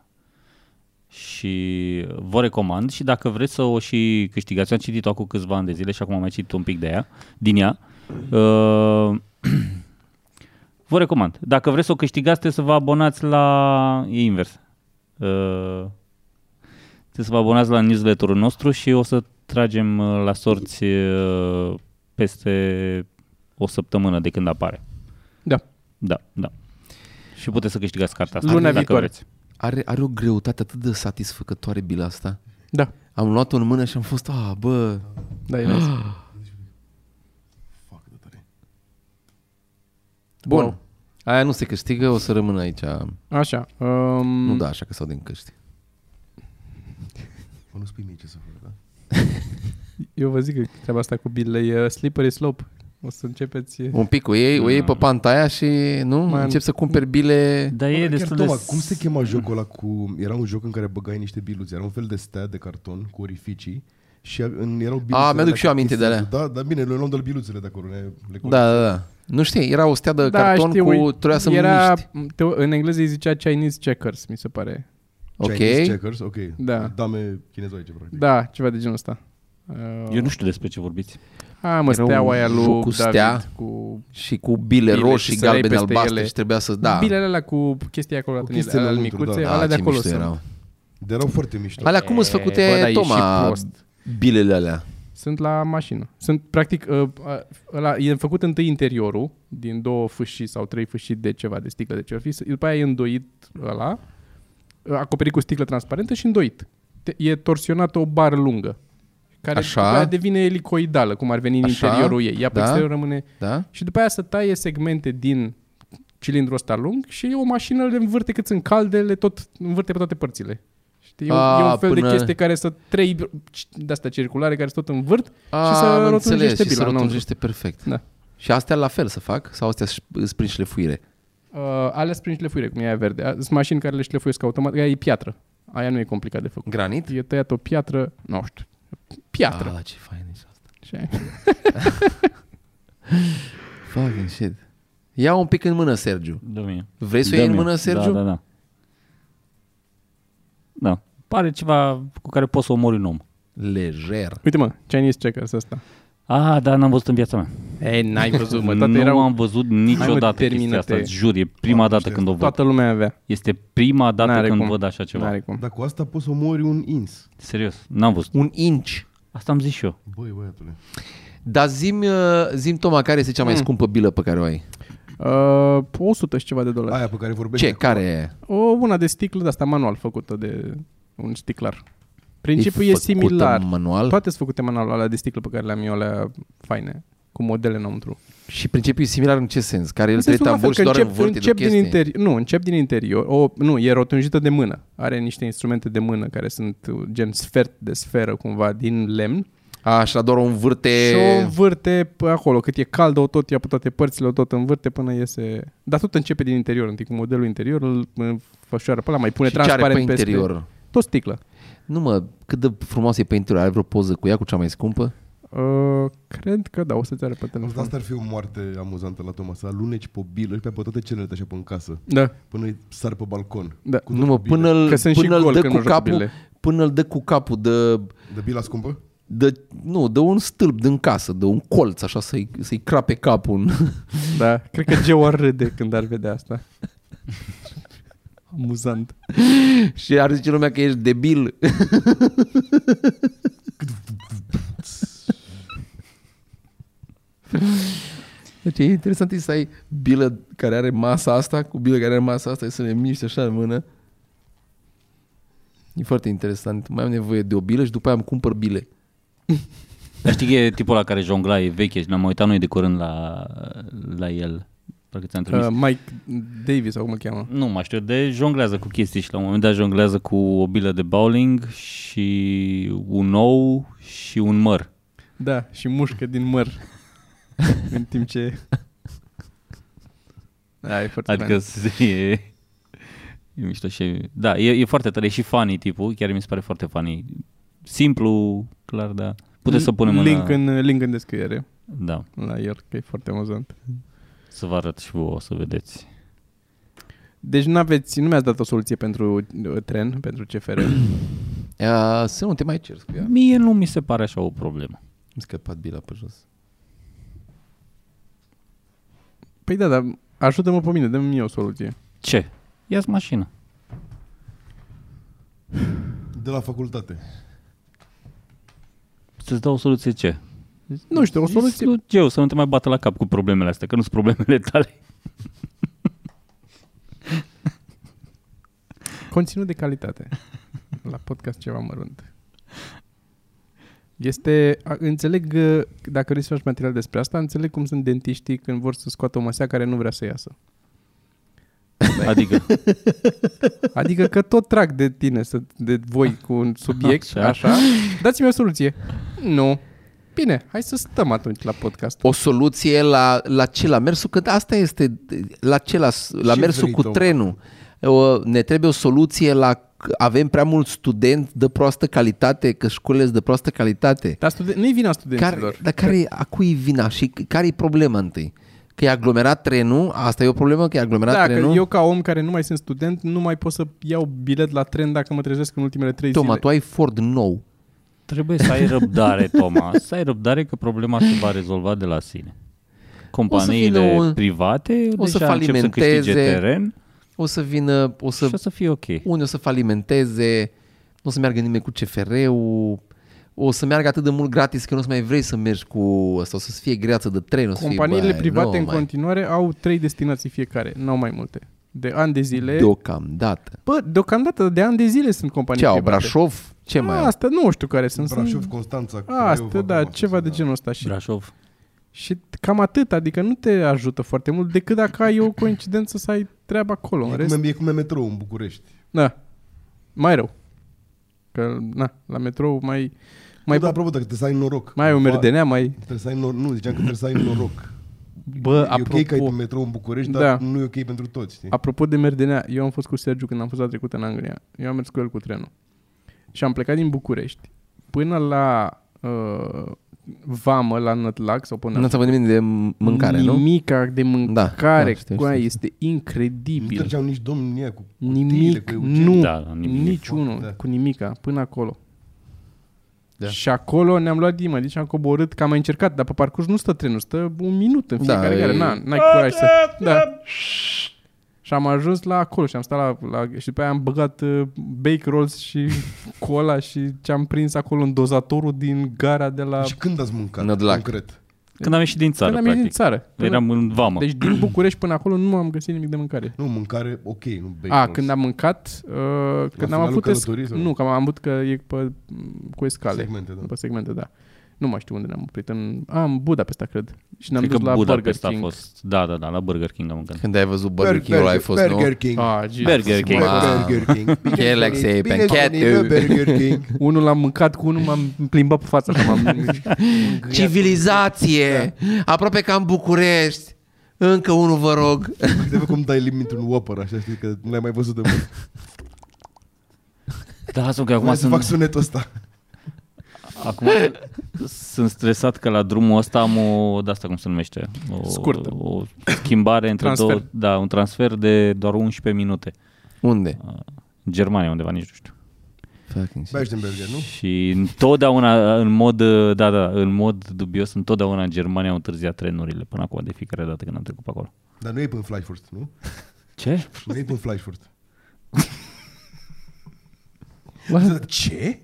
Speaker 4: Și vă recomand și dacă vreți să o și câștigați, am citit-o acum câțiva ani de zile și acum am mai citit un pic de ea, din ea. Uh, vă recomand. Dacă vreți să o câștigați, trebuie să vă abonați la... E invers. Uh, trebuie să vă abonați la newsletterul nostru și o să tragem uh, la sorți uh, peste o săptămână de când apare.
Speaker 2: Da.
Speaker 4: Da, da. Și puteți să câștigați cartea asta.
Speaker 2: Luna
Speaker 4: dacă
Speaker 2: viitoare.
Speaker 4: vreți.
Speaker 1: Are, are o greutate atât de satisfăcătoare bila asta.
Speaker 2: Da.
Speaker 1: Am luat-o în mână și am fost, a, bă,
Speaker 2: Da, e nice.
Speaker 3: Fuck, de tare.
Speaker 1: bun.
Speaker 2: Wow.
Speaker 1: Aia nu se câștigă, o să rămână aici.
Speaker 2: Mm. Așa. Um,
Speaker 1: Nu da așa că s-au din căști.
Speaker 3: Mă, nu spui mie ce să fac, da?
Speaker 2: Eu vă zic că treaba asta cu Bill e uh, slippery slope. O să începeți... uh,
Speaker 1: Un pic, o iei, o iei
Speaker 2: Mm.
Speaker 1: pe pantaia și nu?
Speaker 2: Man.
Speaker 1: Încep să cumperi bile.
Speaker 4: Dar
Speaker 3: Bă,
Speaker 4: e
Speaker 3: dar chiar,
Speaker 4: destul de...
Speaker 3: Toma, cum se chema jocul ăla cu... Era un joc în care băgai niște biluți, era un fel de stea de carton cu orificii și în, erau biluțele
Speaker 1: mi-aduc
Speaker 3: alea
Speaker 1: și eu
Speaker 3: care
Speaker 1: aminte de
Speaker 3: se-
Speaker 1: alea.
Speaker 3: Da, dar bine, le luăm de la biluțele de acolo, ne, le colectăm.
Speaker 1: Da, da, da. Nu știi, era o stea de carton cu... Trebuia să
Speaker 2: Da, era,
Speaker 1: miști.
Speaker 2: Te, în engleză îi zicea Chinese checkers, mi se pare.
Speaker 1: Ok.
Speaker 3: Chinese checkers, ok.
Speaker 2: Da.
Speaker 3: Dame chinezoice, practic.
Speaker 2: Da, ceva de genul ăsta. Uh,
Speaker 4: Eu nu știu despre ce vorbiți.
Speaker 2: A, mă,
Speaker 1: Era
Speaker 2: steaua
Speaker 1: un
Speaker 2: aia lui
Speaker 1: joc cu
Speaker 2: David
Speaker 1: stea.
Speaker 2: cu...
Speaker 1: Și cu bile,
Speaker 2: Bile
Speaker 1: roșii,
Speaker 2: și să le iei
Speaker 1: galbene,
Speaker 2: peste
Speaker 1: albastre
Speaker 2: ele.
Speaker 1: și trebuia să... Da. Ah,
Speaker 2: Bilele alea cu chestia acolo,
Speaker 3: Cu
Speaker 2: cu
Speaker 3: chestia
Speaker 2: alea
Speaker 3: înăuntru,
Speaker 2: micuțe,
Speaker 3: da.
Speaker 2: da, alea de
Speaker 1: ce
Speaker 2: acolo
Speaker 1: mișto
Speaker 2: sunt.
Speaker 1: erau.
Speaker 3: Dar erau foarte mișto.
Speaker 1: Alea cum îți
Speaker 2: E, bă, dar
Speaker 1: făcute,
Speaker 2: e și
Speaker 1: Toma,
Speaker 2: prost.
Speaker 1: bilele alea?
Speaker 2: Sunt la mașină. Sunt, practic, uh, uh, ăla, e făcut întâi interiorul, din două fâșii sau trei fâșii de ceva, de sticlă, de ce ar fi, după aia e îndoit ăla, uh, acoperit cu sticlă transparentă și îndoit. Te- E torsionată o bară lungă, care
Speaker 1: Așa.
Speaker 2: după aia devine elicoidală, cum ar veni în
Speaker 1: Așa.
Speaker 2: interiorul ei. Ea pe
Speaker 1: Da.
Speaker 2: exterior rămâne...
Speaker 1: Da?
Speaker 2: Și după aia să taie segmente din cilindrul ăsta lung și o mașină le învârte cât sunt calde, le tot învârte pe toate părțile. Știi? E un-
Speaker 1: A,
Speaker 2: e un fel
Speaker 1: până-
Speaker 2: de chestie care să trei de-astea circulare care să tot învârt
Speaker 1: A,
Speaker 2: și să
Speaker 1: am înțeles, și să
Speaker 2: rotunjește bila înăuntru.
Speaker 1: rotunjește perfect.
Speaker 2: Da.
Speaker 1: Și astea la fel să fac? Sau astea își- îți prind șlefuire?
Speaker 2: Uh, alea sunt prin șlefuire, cum e aia verde. A- Sunt mașini care le șlefuiesc automat, aia e piatră. Aia nu e complicat de făcut.
Speaker 1: Granit?
Speaker 2: E tăiat o piatră, nu știu, piatră.
Speaker 1: Ah, ce fain e asta.
Speaker 2: Și
Speaker 1: Fucking shit. Ia un pic în mână, Sergiu.
Speaker 4: Domine.
Speaker 1: Vrei să o iei în
Speaker 4: Dă-mi-o.
Speaker 1: mână, Sergiu?
Speaker 4: Da, da, da. Da. Pare ceva cu care poți să omori un om.
Speaker 1: Lejer.
Speaker 2: Uite mă, Chinese checkers ăsta.
Speaker 4: Ah, da, n-am văzut în viața mea.
Speaker 2: Ei, n-ai văzut, mă, toate
Speaker 4: nu
Speaker 2: erau,
Speaker 4: am văzut niciodată chestia
Speaker 2: termină-te.
Speaker 4: asta, îți jur, e prima dată
Speaker 3: știu
Speaker 4: când o văd.
Speaker 2: toată lumea avea.
Speaker 4: Este prima dată
Speaker 2: N-are
Speaker 4: când
Speaker 2: cum.
Speaker 4: văd așa ceva.
Speaker 2: N-are cum.
Speaker 3: Dar cu asta poți să omori un ins.
Speaker 4: Serios, n-am văzut.
Speaker 1: Un inch.
Speaker 4: Asta am zis și eu.
Speaker 3: Băi, băiatule.
Speaker 1: Dar zi-mi, uh, zi-mi Toma, care este
Speaker 2: Mm.
Speaker 1: cea mai scumpă bilă pe care o ai?
Speaker 2: Uh, 100 și ceva de dolari.
Speaker 3: Aia pe care vorbești.
Speaker 1: Ce?
Speaker 3: acum.
Speaker 1: Care e?
Speaker 2: O, una de sticlă de asta manual făcută de un sticlar. Principiul e,
Speaker 1: făcută
Speaker 2: similar.
Speaker 1: manual?
Speaker 2: Toate sunt făcute manual, alea de sticlă pe care le-am eu, alea faine, cu modele înăuntru.
Speaker 1: Și principiul e similar în ce sens? Care el
Speaker 2: În sensul
Speaker 1: trebuie
Speaker 2: la
Speaker 1: tavul
Speaker 2: fel, că
Speaker 1: și doar
Speaker 2: încep,
Speaker 1: învârte
Speaker 2: încep
Speaker 1: de
Speaker 2: din
Speaker 1: chestii?
Speaker 2: interi- Nu, încep din interior. O, nu, e rotunjită de mână. Are niște instrumente de mână care sunt uh, gen sfert de sferă cumva din lemn
Speaker 1: A, și la doar o învârte...
Speaker 2: și o învârte pe acolo. Cât e caldă, o tot ia pe toate părțile, o tot învârte până iese... Dar tot începe din interior, întâi cu modelul interior, îl fășoară pe ăla, mai pune
Speaker 1: și ce are
Speaker 2: transparent
Speaker 1: pe
Speaker 2: peste-
Speaker 1: interior?
Speaker 2: Tot sticlă.
Speaker 1: Nu mă, cât de frumoasă e pe interior. Are vreo poză cu ea, cu cea mai scumpă?
Speaker 2: Uh, cred că da, o să-ți are pe
Speaker 3: Asta,
Speaker 2: telefon.
Speaker 3: asta ar fi o moarte amuzantă la Toma, să aluneci pe bilă și pe, pe toate celelalte așa pe în casă,
Speaker 2: Da,
Speaker 3: până îi sar pe balcon.
Speaker 2: da.
Speaker 3: Cu
Speaker 1: nu mă,
Speaker 3: bile.
Speaker 1: până îl,
Speaker 2: Că sunt și
Speaker 1: până îl
Speaker 2: gol
Speaker 1: dă
Speaker 2: când
Speaker 1: cu
Speaker 2: nu joacă
Speaker 1: capul,
Speaker 2: bile.
Speaker 1: până îl dă cu capul de,
Speaker 3: De bila scumpă?
Speaker 1: de, nu, de un stâlp din casă, de un colț, așa să-i, să-i crape capul. În...
Speaker 2: da. Cred că Geo ar râde când ar vedea asta. Amuzant.
Speaker 1: și ar zice lumea că ești debil. Deci e interesant e să ai bilă care are masa asta cu bilă care are masa asta și să le miști așa în mână. E foarte interesant. Mai am nevoie de o bilă și după aia îmi cumpăr bile.
Speaker 4: Dar știi că e tipul ăla care jongla, e veche și ne-am uitat noi de curând la, la el. Parcă ți-am trimis.
Speaker 2: Uh, Mike Davis, sau cum îl cheamă.
Speaker 4: Nu mai știu, de jonglează cu chestii și la un moment dat jonglează cu o bilă de bowling și un ou și un măr.
Speaker 2: Da, și mușcă din măr. În timp ce... Da, e foarte
Speaker 4: Adică s- e, e mișto și... Da, e, e foarte tare, e și funny tipul, chiar mi se pare foarte funny. Simplu, clar, da. Puteți să punem
Speaker 2: link
Speaker 4: în... uh,
Speaker 2: în, uh, link în descriere
Speaker 4: Da,
Speaker 2: la el, că e foarte amuzant.
Speaker 4: să vă arăt și vouă, o să vedeți.
Speaker 2: Deci n-aveți, nu mi-ați dat o soluție pentru uh, tren, pentru CFR.
Speaker 1: Uh, să nu te mai ceri
Speaker 2: Da.
Speaker 1: cu ea.
Speaker 4: Mie nu mi se pare așa o problemă.
Speaker 1: Mi-a scăpat bila pe jos.
Speaker 2: Păi da, dar ajută-mă pe mine, dă-mi mie o soluție.
Speaker 4: Ce? Ia-ți mașină.
Speaker 3: De la facultate.
Speaker 4: Să-ți dau o soluție ce?
Speaker 2: Nu știu, o
Speaker 4: Să
Speaker 2: soluție...
Speaker 4: duci eu, să Deci nu te mai bată la cap cu problemele astea, că nu sunt problemele tale.
Speaker 2: Conținut de calitate. La podcast ceva mărunt. Este, a- înțeleg, uh, dacă vrei să faci material despre asta, înțeleg cum sunt dentiștii când vor să scoată o măsea care nu vrea să iasă.
Speaker 4: Adică,
Speaker 2: Adică că tot trag de tine, să, de voi cu un subiect,
Speaker 4: Așa.
Speaker 2: așa. așa. Dați-mi o soluție. Nu. Bine, hai să stăm atunci la podcast.
Speaker 1: O soluție la, la ce? La mersul? Că asta este la ce? La, la
Speaker 3: Ce
Speaker 1: mersul
Speaker 3: vrei
Speaker 1: cu
Speaker 3: tu?
Speaker 1: trenul. O, Ne trebuie o soluție la avem prea mulți studenți de proastă calitate, că școlile sunt de proastă calitate.
Speaker 2: Dar studen- nu-i vina
Speaker 1: Care,
Speaker 2: Da, studenților.
Speaker 1: dar care, a cui e vina și care e problema întâi? Că e aglomerat trenul, asta e o problemă, că e aglomerat
Speaker 2: Da, că
Speaker 1: trenul.
Speaker 2: eu ca om care nu mai sunt student, nu mai pot să iau bilet la tren dacă mă trezesc în ultimele trei
Speaker 1: Toma,
Speaker 2: zile.
Speaker 1: tu ai Ford nou.
Speaker 4: trebuie să ai răbdare, Toma. Să ai răbdare că problema se va rezolva de la sine. Companiile
Speaker 1: vină o-
Speaker 4: private
Speaker 1: o să
Speaker 4: deja încep să câștige
Speaker 1: falimenteze.
Speaker 4: teren
Speaker 1: O să vină, o să
Speaker 4: și o să fie ok.
Speaker 1: unii o să falimenteze, nu o să meargă nimeni cu CFR-ul, o să meargă atât de mult gratis că nu o să mai vrei să mergi cu asta, o să fie greață de tren, o să fie,
Speaker 2: Companiile
Speaker 1: bă,
Speaker 2: private
Speaker 1: nu
Speaker 2: în
Speaker 1: mai-
Speaker 2: continuare au trei destinații fiecare, n-au mai multe. De ani de zile.
Speaker 1: Deocamdată.
Speaker 2: Bă, deocamdată de ani de zile sunt companii
Speaker 1: Ce au,
Speaker 2: private. Ah,
Speaker 1: Brașov? Ce mai au?
Speaker 2: Asta nu știu care sunt. sunt-
Speaker 3: Brașov, Constanța. Craiova,
Speaker 2: Asta, da,
Speaker 3: acum,
Speaker 2: ceva de
Speaker 3: da.
Speaker 2: genul ăsta. Și,
Speaker 4: Brașov.
Speaker 2: și cam atât, adică nu te ajută foarte mult decât dacă ai o coincidență să ai treaba acolo. În
Speaker 3: E
Speaker 2: rest,
Speaker 3: cum, e, e cum e metrou în București.
Speaker 2: da, mai rău. Că, na, la metrou mai...
Speaker 3: Mai
Speaker 2: Mai,
Speaker 3: da, apropo, dacă trebuie să ai noroc.
Speaker 2: mai ai o
Speaker 3: Cumva,
Speaker 2: merdenea, mai...
Speaker 3: Trebuie să ai noroc. Nu, ziceam că trebuie să ai noroc.
Speaker 2: Bă,
Speaker 3: e
Speaker 2: apropo,
Speaker 3: ok că ai metrou în București, dar
Speaker 2: Da.
Speaker 3: nu e ok pentru toți, știi?
Speaker 2: Apropo de merdenea, eu am fost cu Sergiu când am fost la trecută în Anglia. Eu am mers cu el cu trenul. Și am plecat din București până la uh, Vamă, la Nătlac sau până
Speaker 1: Nu ați avut nimeni de mâncare, nu?
Speaker 2: Nimica de
Speaker 1: da,
Speaker 2: mâncare,
Speaker 1: știu,
Speaker 2: da,
Speaker 1: știu,
Speaker 2: știu,
Speaker 1: știu.
Speaker 2: este
Speaker 3: Nu
Speaker 2: incredibil.
Speaker 3: treceau nici domnii ăia cu cutiile,
Speaker 2: Nimic,
Speaker 3: cu Eugen.
Speaker 2: nu,
Speaker 4: Da, da, nimic.
Speaker 2: niciunul,
Speaker 3: Da.
Speaker 2: cu nimica, până acolo.
Speaker 1: Da.
Speaker 2: Da. Și acolo ne-am luat dimă, deci am coborât, că am mai încercat, dar pe parcurs nu stă trenul, stă un minut în
Speaker 1: Da,
Speaker 2: fiecare
Speaker 1: e-
Speaker 2: da, care, na, n-ai curaj să... Da. Și am ajuns la acolo și am stat la, la și după aia am băgat uh, bake rolls și cola și ce-am prins acolo în dozatorul din gara de la...
Speaker 3: Și când ați mâncat,
Speaker 1: Nădlac.
Speaker 3: concret?
Speaker 4: Când am ieșit din țară,
Speaker 2: Când am ieșit din
Speaker 4: practic.
Speaker 2: țară.
Speaker 4: Eram în vamă.
Speaker 2: Deci din București până acolo nu am găsit nimic de mâncare.
Speaker 3: Nu, mâncare, ok, nu bacon.
Speaker 2: A, când am mâncat, uh, când am
Speaker 3: finalul
Speaker 2: avut...
Speaker 3: călătoriei sau?
Speaker 2: nu, că am avut că e pe, cu escale.
Speaker 3: Segmente, da.
Speaker 2: Pe segmente, da. Nu mai știu unde ne-am oprit. În, a, în Budapesta, cred. Și ne-am
Speaker 4: Cred
Speaker 2: dus
Speaker 4: că
Speaker 2: la Burger
Speaker 4: Budapesta a
Speaker 2: King.
Speaker 4: fost. Da, da, da, la Burger King am mâncat.
Speaker 1: Când ai văzut Burger King-ul, ai fost, nu?
Speaker 3: Burger King.
Speaker 2: Ah, Jesus.
Speaker 4: Burger King.
Speaker 1: Wow.
Speaker 3: Burger King. Bine
Speaker 1: Galaxy
Speaker 3: venit, bine
Speaker 1: Pancake.
Speaker 3: venit la Burger King.
Speaker 2: Unul l-am mâncat cu unul, m-am plimbat pe fața. că M-am... Da.
Speaker 1: Civilizație! Aproape ca în București! Încă unul, vă rog!
Speaker 3: Se vede cum dai limit un Whopper, așa știi, că nu l-ai mai văzut de mult.
Speaker 4: Da, lasă că acum
Speaker 3: Hai să fac
Speaker 4: sunt,
Speaker 3: sunetul ăsta.
Speaker 4: acum sunt stresat că la drumul ăsta am o, de asta cum se numește? O,
Speaker 2: Scurtă.
Speaker 4: O schimbare între
Speaker 2: Transfer.
Speaker 4: două, da, un transfer de doar 11 minute.
Speaker 1: Unde?
Speaker 2: Ah.
Speaker 4: În Germania undeva, nici nu știu.
Speaker 1: Fucking shit.
Speaker 3: Berstenberger, nu?
Speaker 4: Și întotdeauna, în mod, da, da, în mod dubios, întotdeauna în Germania au întârziat trenurile până acum, de fiecare dată când am trecut pe acolo.
Speaker 3: Dar nu e până Flyfurt, nu?
Speaker 4: Ce?
Speaker 3: Nu e până Flyfurt. Ce?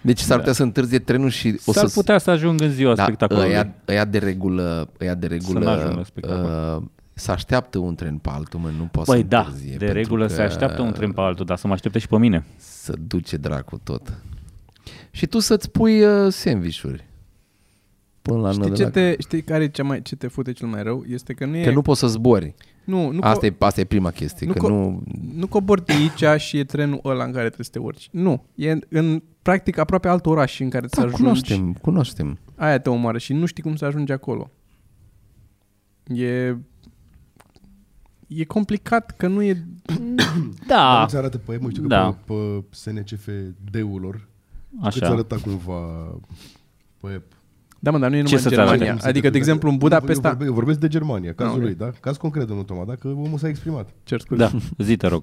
Speaker 1: Deci
Speaker 2: da.
Speaker 1: s-ar putea să întârzie trenul și o
Speaker 4: S-ar
Speaker 1: să...
Speaker 4: putea să ajung în ziua da, spectacolului.
Speaker 1: Ăia, ăia de regulă, ăia de
Speaker 4: Să n-ajungă
Speaker 1: regulă
Speaker 4: spectacol.
Speaker 1: uh, se așteaptă un tren pe altul, mă, nu poate
Speaker 4: Băi,
Speaker 1: să
Speaker 4: da,
Speaker 1: întârzie,
Speaker 4: de
Speaker 1: pentru
Speaker 4: regulă
Speaker 1: că
Speaker 4: se așteaptă un tren pe altul, dar să mă aștepte și pe mine.
Speaker 1: Să duce dracu tot. Și tu să-ți pui uh, sandvișuri. Până la
Speaker 2: Știi,
Speaker 1: nădălac.
Speaker 2: ce te, știi care e cea mai, ce te fute cel mai rău? Este că nu e...
Speaker 1: Că nu poți să zbori.
Speaker 2: nu, nu,
Speaker 1: Asta, e, asta e prima chestie,
Speaker 2: nu
Speaker 1: că
Speaker 2: co-
Speaker 1: nu...
Speaker 2: nu cobori de aici și e trenul ăla în care trebuie să te urci. Nu. E în, în practic aproape alt oraș în care să
Speaker 1: Da,
Speaker 2: ajungi.
Speaker 1: cunoaștem, cunoaștem.
Speaker 2: Aia te omoară și nu știi cum să ajungi acolo. E... E complicat că nu e...
Speaker 4: Da,
Speaker 3: Nu ți arată poemă, știu că
Speaker 4: Da.
Speaker 3: pe, pe SNCF-ul lor, Așa. Că ți
Speaker 4: așa.
Speaker 3: arăta cumva pe app.
Speaker 2: Da, mă, dar nu e numai
Speaker 4: să-ți
Speaker 2: în
Speaker 4: arate?
Speaker 2: Germania. Adică, de exemplu, în Budapesta...
Speaker 3: Eu vorbe- eu vorbesc de Germania, cazul
Speaker 2: Ah, ok.
Speaker 3: lui, da? Caz concret, domnul Toma, dacă omul s-a exprimat.
Speaker 2: Cer scuze.
Speaker 4: Da, zi te rog.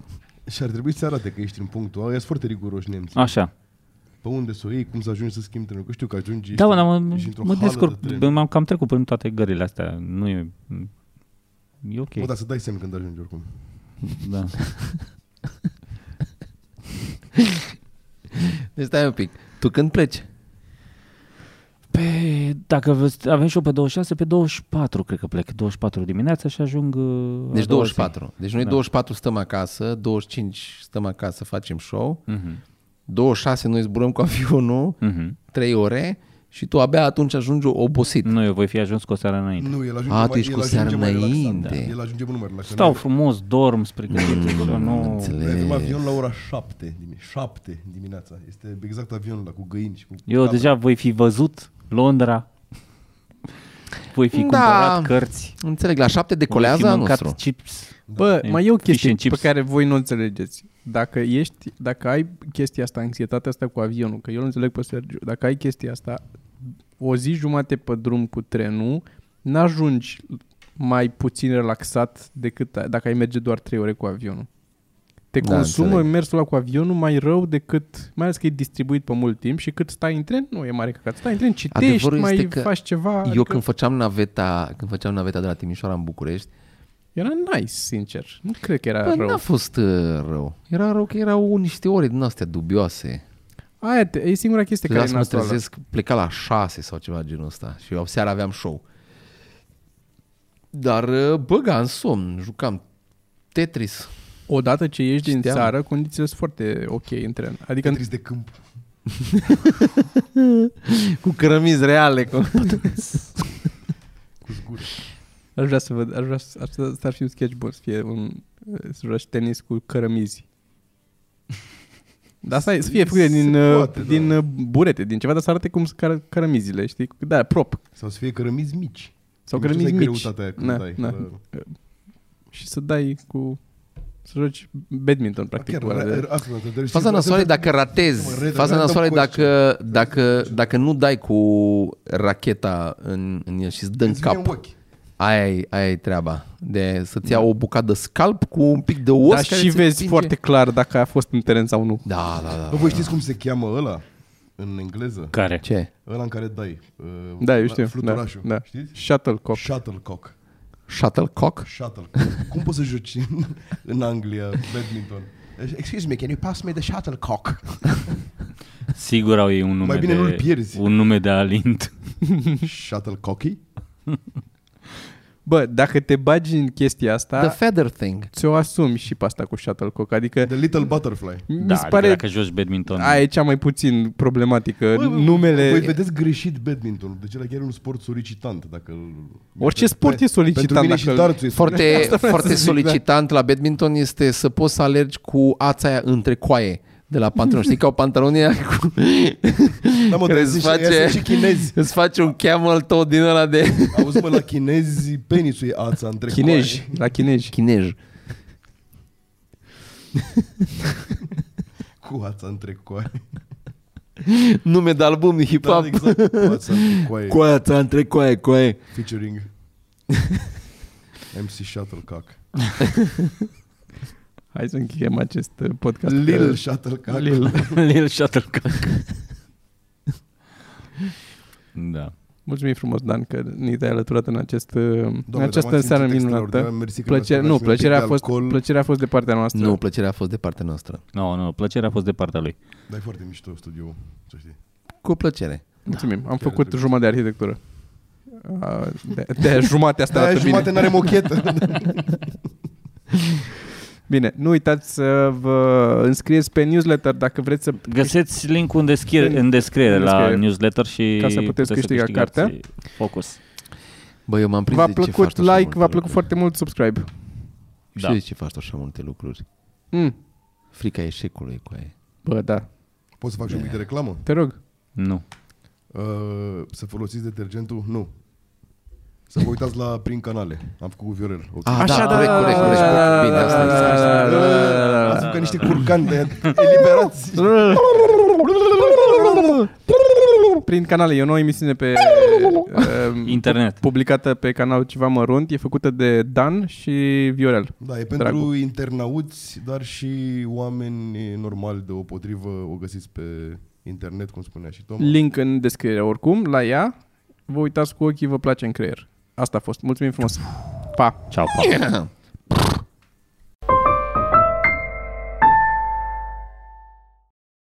Speaker 3: Și ar trebui să se arate că ești în punctul ăla, sunt foarte riguroși nemții.
Speaker 4: Așa.
Speaker 3: Pe unde să o iei, cum să ajungi să schimbi trenul, că știu că ajungi
Speaker 4: Da, mă, dar mă,
Speaker 3: ești într-o
Speaker 4: mă
Speaker 3: hală
Speaker 4: descurc.
Speaker 3: de tren.
Speaker 4: M-am cam trecut prin toate gările astea. Nu e... E ok.
Speaker 3: Bă, dar să dai semn când ajungi oricum.
Speaker 4: Da.
Speaker 1: Deci stai un pic. Tu când pleci?
Speaker 4: Pe, dacă vezi, avem și-o pe 26, pe 24 cred că plec. 24 dimineața și ajung... uh, a
Speaker 1: Deci
Speaker 4: doua
Speaker 1: 24. Deci noi
Speaker 4: Da.
Speaker 1: 24 stăm acasă, 25 stăm acasă, facem show,
Speaker 4: zi. Mhm.
Speaker 1: 26 noi zburăm cu avionul,
Speaker 4: Mhm.
Speaker 1: 3 ore și tu abia atunci ajungi obosit.
Speaker 4: Nu, eu voi fi ajuns cu o seară înainte.
Speaker 3: Nu, el ajunge
Speaker 1: A,
Speaker 3: mai,
Speaker 1: tu ești
Speaker 3: el
Speaker 1: cu
Speaker 3: ajunge
Speaker 1: seară
Speaker 3: mai relaxat.
Speaker 1: înainte.
Speaker 3: El ajunge mai număr la
Speaker 4: Da. Stau frumos, dorm spre gândit. nu...
Speaker 3: Avem avion la ora 7, dimi- 7 dimineața. Este exact avionul ăla cu găini și cu
Speaker 4: Eu
Speaker 3: capre.
Speaker 4: deja voi fi văzut Londra. Voi fi
Speaker 1: Da.
Speaker 4: cumpărat cărți.
Speaker 1: Înțeleg, la 7
Speaker 4: voi fi
Speaker 1: decolează anul
Speaker 4: mâncat
Speaker 1: nostru.
Speaker 4: chips.
Speaker 1: Da.
Speaker 2: Bă,
Speaker 4: E
Speaker 2: mai e o
Speaker 4: fish
Speaker 2: chestie
Speaker 4: and chips.
Speaker 2: pe care voi nu o înțelegeți. Dacă ești, dacă ai chestia asta, anxietatea asta cu avionul, că eu îl înțeleg pe Sergiu, dacă ai chestia asta, o zi jumate pe drum cu trenul, n-ajungi mai puțin relaxat decât a- dacă ai merge doar 3 ore cu avionul. Te
Speaker 1: Da,
Speaker 2: consumă
Speaker 1: înțeleg.
Speaker 2: mersul la cu avionul mai rău decât, mai ales că e distribuit pe mult timp și cât stai în tren, nu e mare căcat. Stai în tren, citești,
Speaker 1: Adevărul este
Speaker 2: mai
Speaker 1: că
Speaker 2: faci ceva. adică
Speaker 1: Eu când făceam naveta, când făceam naveta de la Timișoara în București,
Speaker 2: Era nice, sincer. Nu cred că era
Speaker 1: bă,
Speaker 2: rău.
Speaker 1: n-a fost uh, rău. Era rău că erau niște ore din astea dubioase.
Speaker 2: Aia te, e singura chestie
Speaker 1: Trebuia
Speaker 2: care
Speaker 1: să
Speaker 2: e
Speaker 1: mă
Speaker 2: nasoală.
Speaker 1: trezesc, pleca la 6 sau ceva genul ăsta și eu seara aveam show. Dar uh, băga în somn, jucam Tetris.
Speaker 2: Odată ce ieși din
Speaker 1: Știam.
Speaker 2: țară, condițiile sunt foarte ok în tren. Adică
Speaker 3: Tetris de câmp.
Speaker 1: Cu cărămizi reale. Cu...
Speaker 3: Cu zgură.
Speaker 2: aș vrea să văd, aș vrea să, asta, asta ar fi un sketch bun, să fie un să joci tenis cu cărămizi. Dar asta e, să fie
Speaker 3: Se
Speaker 2: făcut din,
Speaker 3: poate,
Speaker 2: uh,
Speaker 3: da.
Speaker 2: din uh, burete, din ceva, dar să arate cum sunt car- cărămizile, știi? Da, prop.
Speaker 3: Sau să fie cărămizi mici.
Speaker 2: Sau
Speaker 3: Nu știu
Speaker 2: cărămizi
Speaker 3: să ai
Speaker 2: mici.
Speaker 3: Greutatea aia când
Speaker 2: Na,
Speaker 3: dai.
Speaker 2: na.
Speaker 3: la-
Speaker 2: Și să dai cu... Să joci badminton, practic.
Speaker 3: Ah, Chiar,
Speaker 2: cu ăla de-
Speaker 3: ra- ra- asta mă întreb.
Speaker 1: Faza
Speaker 3: Și-
Speaker 1: nasoală e dacă ratezi.
Speaker 3: Mă, red-
Speaker 1: Faza
Speaker 3: random
Speaker 1: nasoală e dacă,
Speaker 3: question.
Speaker 1: dacă, dacă nu dai cu racheta în, în el și îți dă în
Speaker 3: Îți vine
Speaker 1: cap.
Speaker 3: ochi.
Speaker 1: Aia e, aia e treaba. De să-ți ia o bucată de scalp cu un pic de os.
Speaker 2: Dar
Speaker 1: care
Speaker 2: și
Speaker 1: ți
Speaker 2: vezi
Speaker 1: împinge.
Speaker 2: foarte clar dacă a fost în teren sau nu.
Speaker 1: Da, da, da.
Speaker 3: Bă, voi știți cum se cheamă ăla? În engleză?
Speaker 4: Care?
Speaker 1: Ce?
Speaker 3: Ăla în care dai. uh,
Speaker 2: Da, eu
Speaker 3: la-
Speaker 2: știu. Da,
Speaker 3: Fluturașul.
Speaker 2: da.
Speaker 3: Știți?
Speaker 2: Shuttlecock.
Speaker 3: Shuttlecock.
Speaker 1: Shuttlecock?
Speaker 3: Shuttlecock. Cum poți să joci în, în Anglia badminton? Excuse me, can you pass me the shuttlecock?
Speaker 4: Sigur au ei un nume
Speaker 3: Mai bine
Speaker 4: de,
Speaker 3: nu-l pierzi.
Speaker 4: Un nume de alint.
Speaker 3: Shuttlecocky?
Speaker 2: Bă, dacă te bagi în
Speaker 1: The
Speaker 2: chestia asta,
Speaker 1: feather thing.
Speaker 2: ți-o asumi și pe asta cu shuttlecock. Adică
Speaker 3: The little butterfly.
Speaker 2: mi
Speaker 4: Da,
Speaker 2: se pare
Speaker 4: adică dacă joci badminton.
Speaker 2: aia e cea mai puțin problematică.
Speaker 3: Bă, bă,
Speaker 2: Numele...
Speaker 3: Voi vedeți greșit badminton. Deci ăla chiar e un sport solicitant. Dacă îl-
Speaker 2: Orice sport e solicitant
Speaker 3: Pentru mine
Speaker 2: dacă îl-
Speaker 3: și darțul e
Speaker 1: Foarte,
Speaker 2: Asta vreau
Speaker 1: foarte
Speaker 2: să zic, da.
Speaker 1: solicitant la badminton este să poți să alergi cu ața aia între coaie de la pantalon. Știi că au pantalonii aia cu...
Speaker 3: Da, mă,
Speaker 1: care
Speaker 3: dar
Speaker 1: îți
Speaker 3: zici, face... și chinezi.
Speaker 1: îți face un camel tot din ăla de...
Speaker 3: Auzi, mă, la chinezi penisul e ața între
Speaker 2: Chinezi, la chinezi.
Speaker 1: Chinez.
Speaker 3: coaie. Cu ața între coaie.
Speaker 1: Nume de album de
Speaker 3: Da,
Speaker 1: hip-hop.
Speaker 3: exact. Cu ața între coaie.
Speaker 1: Coaia ta între coaie, coaie.
Speaker 3: Featuring MC Shuttlecock.
Speaker 2: Hai să încheiem acest uh, podcast.
Speaker 3: Lil
Speaker 2: Că-
Speaker 3: Shuttlecock.
Speaker 2: Lil.
Speaker 4: Lil Shuttlecock. da.
Speaker 2: Mulțumim frumos, Dan, că ni te-ai alăturat în, acest, uh, în
Speaker 3: dar
Speaker 2: această
Speaker 3: m-ați
Speaker 2: seară
Speaker 3: simțit extraordinar.
Speaker 2: minunată.
Speaker 3: Mersi că
Speaker 2: Plăcere,
Speaker 3: mi-ați
Speaker 2: nu,
Speaker 3: dat și un pic
Speaker 2: plăcerea
Speaker 3: de
Speaker 2: a, fost,
Speaker 3: alcool.
Speaker 2: plăcerea a fost de partea noastră.
Speaker 1: Nu, plăcerea a fost de partea noastră.
Speaker 4: Nu, no, nu, no, plăcerea a fost de partea lui.
Speaker 3: Dar e foarte mișto studioul, să știi.
Speaker 1: Cu plăcere.
Speaker 2: Mulțumim, am
Speaker 3: da, Chiar
Speaker 2: făcut
Speaker 3: drăguț.
Speaker 2: jumătate de arhitectură. Uh, De, de jumate asta
Speaker 3: Dar
Speaker 2: arată Da, bine.
Speaker 3: jumate da. n-are mochetă.
Speaker 2: Bine, nu uitați să vă înscrieți pe newsletter dacă vreți să...
Speaker 4: Găseți link în, descriere, în descriere
Speaker 2: În
Speaker 4: la
Speaker 2: descriere.
Speaker 4: newsletter și
Speaker 2: Ca să puteți
Speaker 4: să
Speaker 2: câștiga
Speaker 4: câștigați
Speaker 2: cartea.
Speaker 4: Focus.
Speaker 1: Bă, eu m-am prins
Speaker 2: V-a
Speaker 1: de ce faci
Speaker 2: plăcut
Speaker 1: tu așa
Speaker 2: like,
Speaker 1: multe
Speaker 2: v-a plăcut
Speaker 1: lucruri.
Speaker 2: foarte mult da. subscribe.
Speaker 1: Și
Speaker 4: Da.
Speaker 1: de ce faci tu așa multe lucruri?
Speaker 2: Mm.
Speaker 1: Frica eșecului, coaie.
Speaker 2: Bă, da.
Speaker 3: Poți să fac și un pic de reclamă?
Speaker 2: Te rog.
Speaker 4: Nu.
Speaker 3: Uh, să folosiți detergentul? Nu. Să vă uitați la prin canale. Am făcut cu Viorel. O-
Speaker 1: Ah, da,
Speaker 2: Așa, da,
Speaker 1: corect,
Speaker 2: da,
Speaker 1: corect,
Speaker 2: da,
Speaker 1: corect.
Speaker 2: da,
Speaker 1: Bine,
Speaker 2: da,
Speaker 1: asta e.
Speaker 2: da, da, da, da, da, da, da.
Speaker 3: Ați făcut niște curcani de eliberați.
Speaker 2: Prin canale, e o nouă emisiune pe uh,
Speaker 4: Internet.
Speaker 2: publicată pe canal Ceva Mărunt, e făcută de Dan și Viorel.
Speaker 3: Da, e pentru
Speaker 2: Dragul.
Speaker 3: internauți, dar și oameni normali de potrivă o găsiți pe internet, cum spunea și Tom.
Speaker 2: Link în descriere oricum, la ea. Vă uitați cu ochii, vă place în creier. Asta a fost. Mulțumim frumos. Pa!
Speaker 4: Ceau, pa.
Speaker 1: Aha.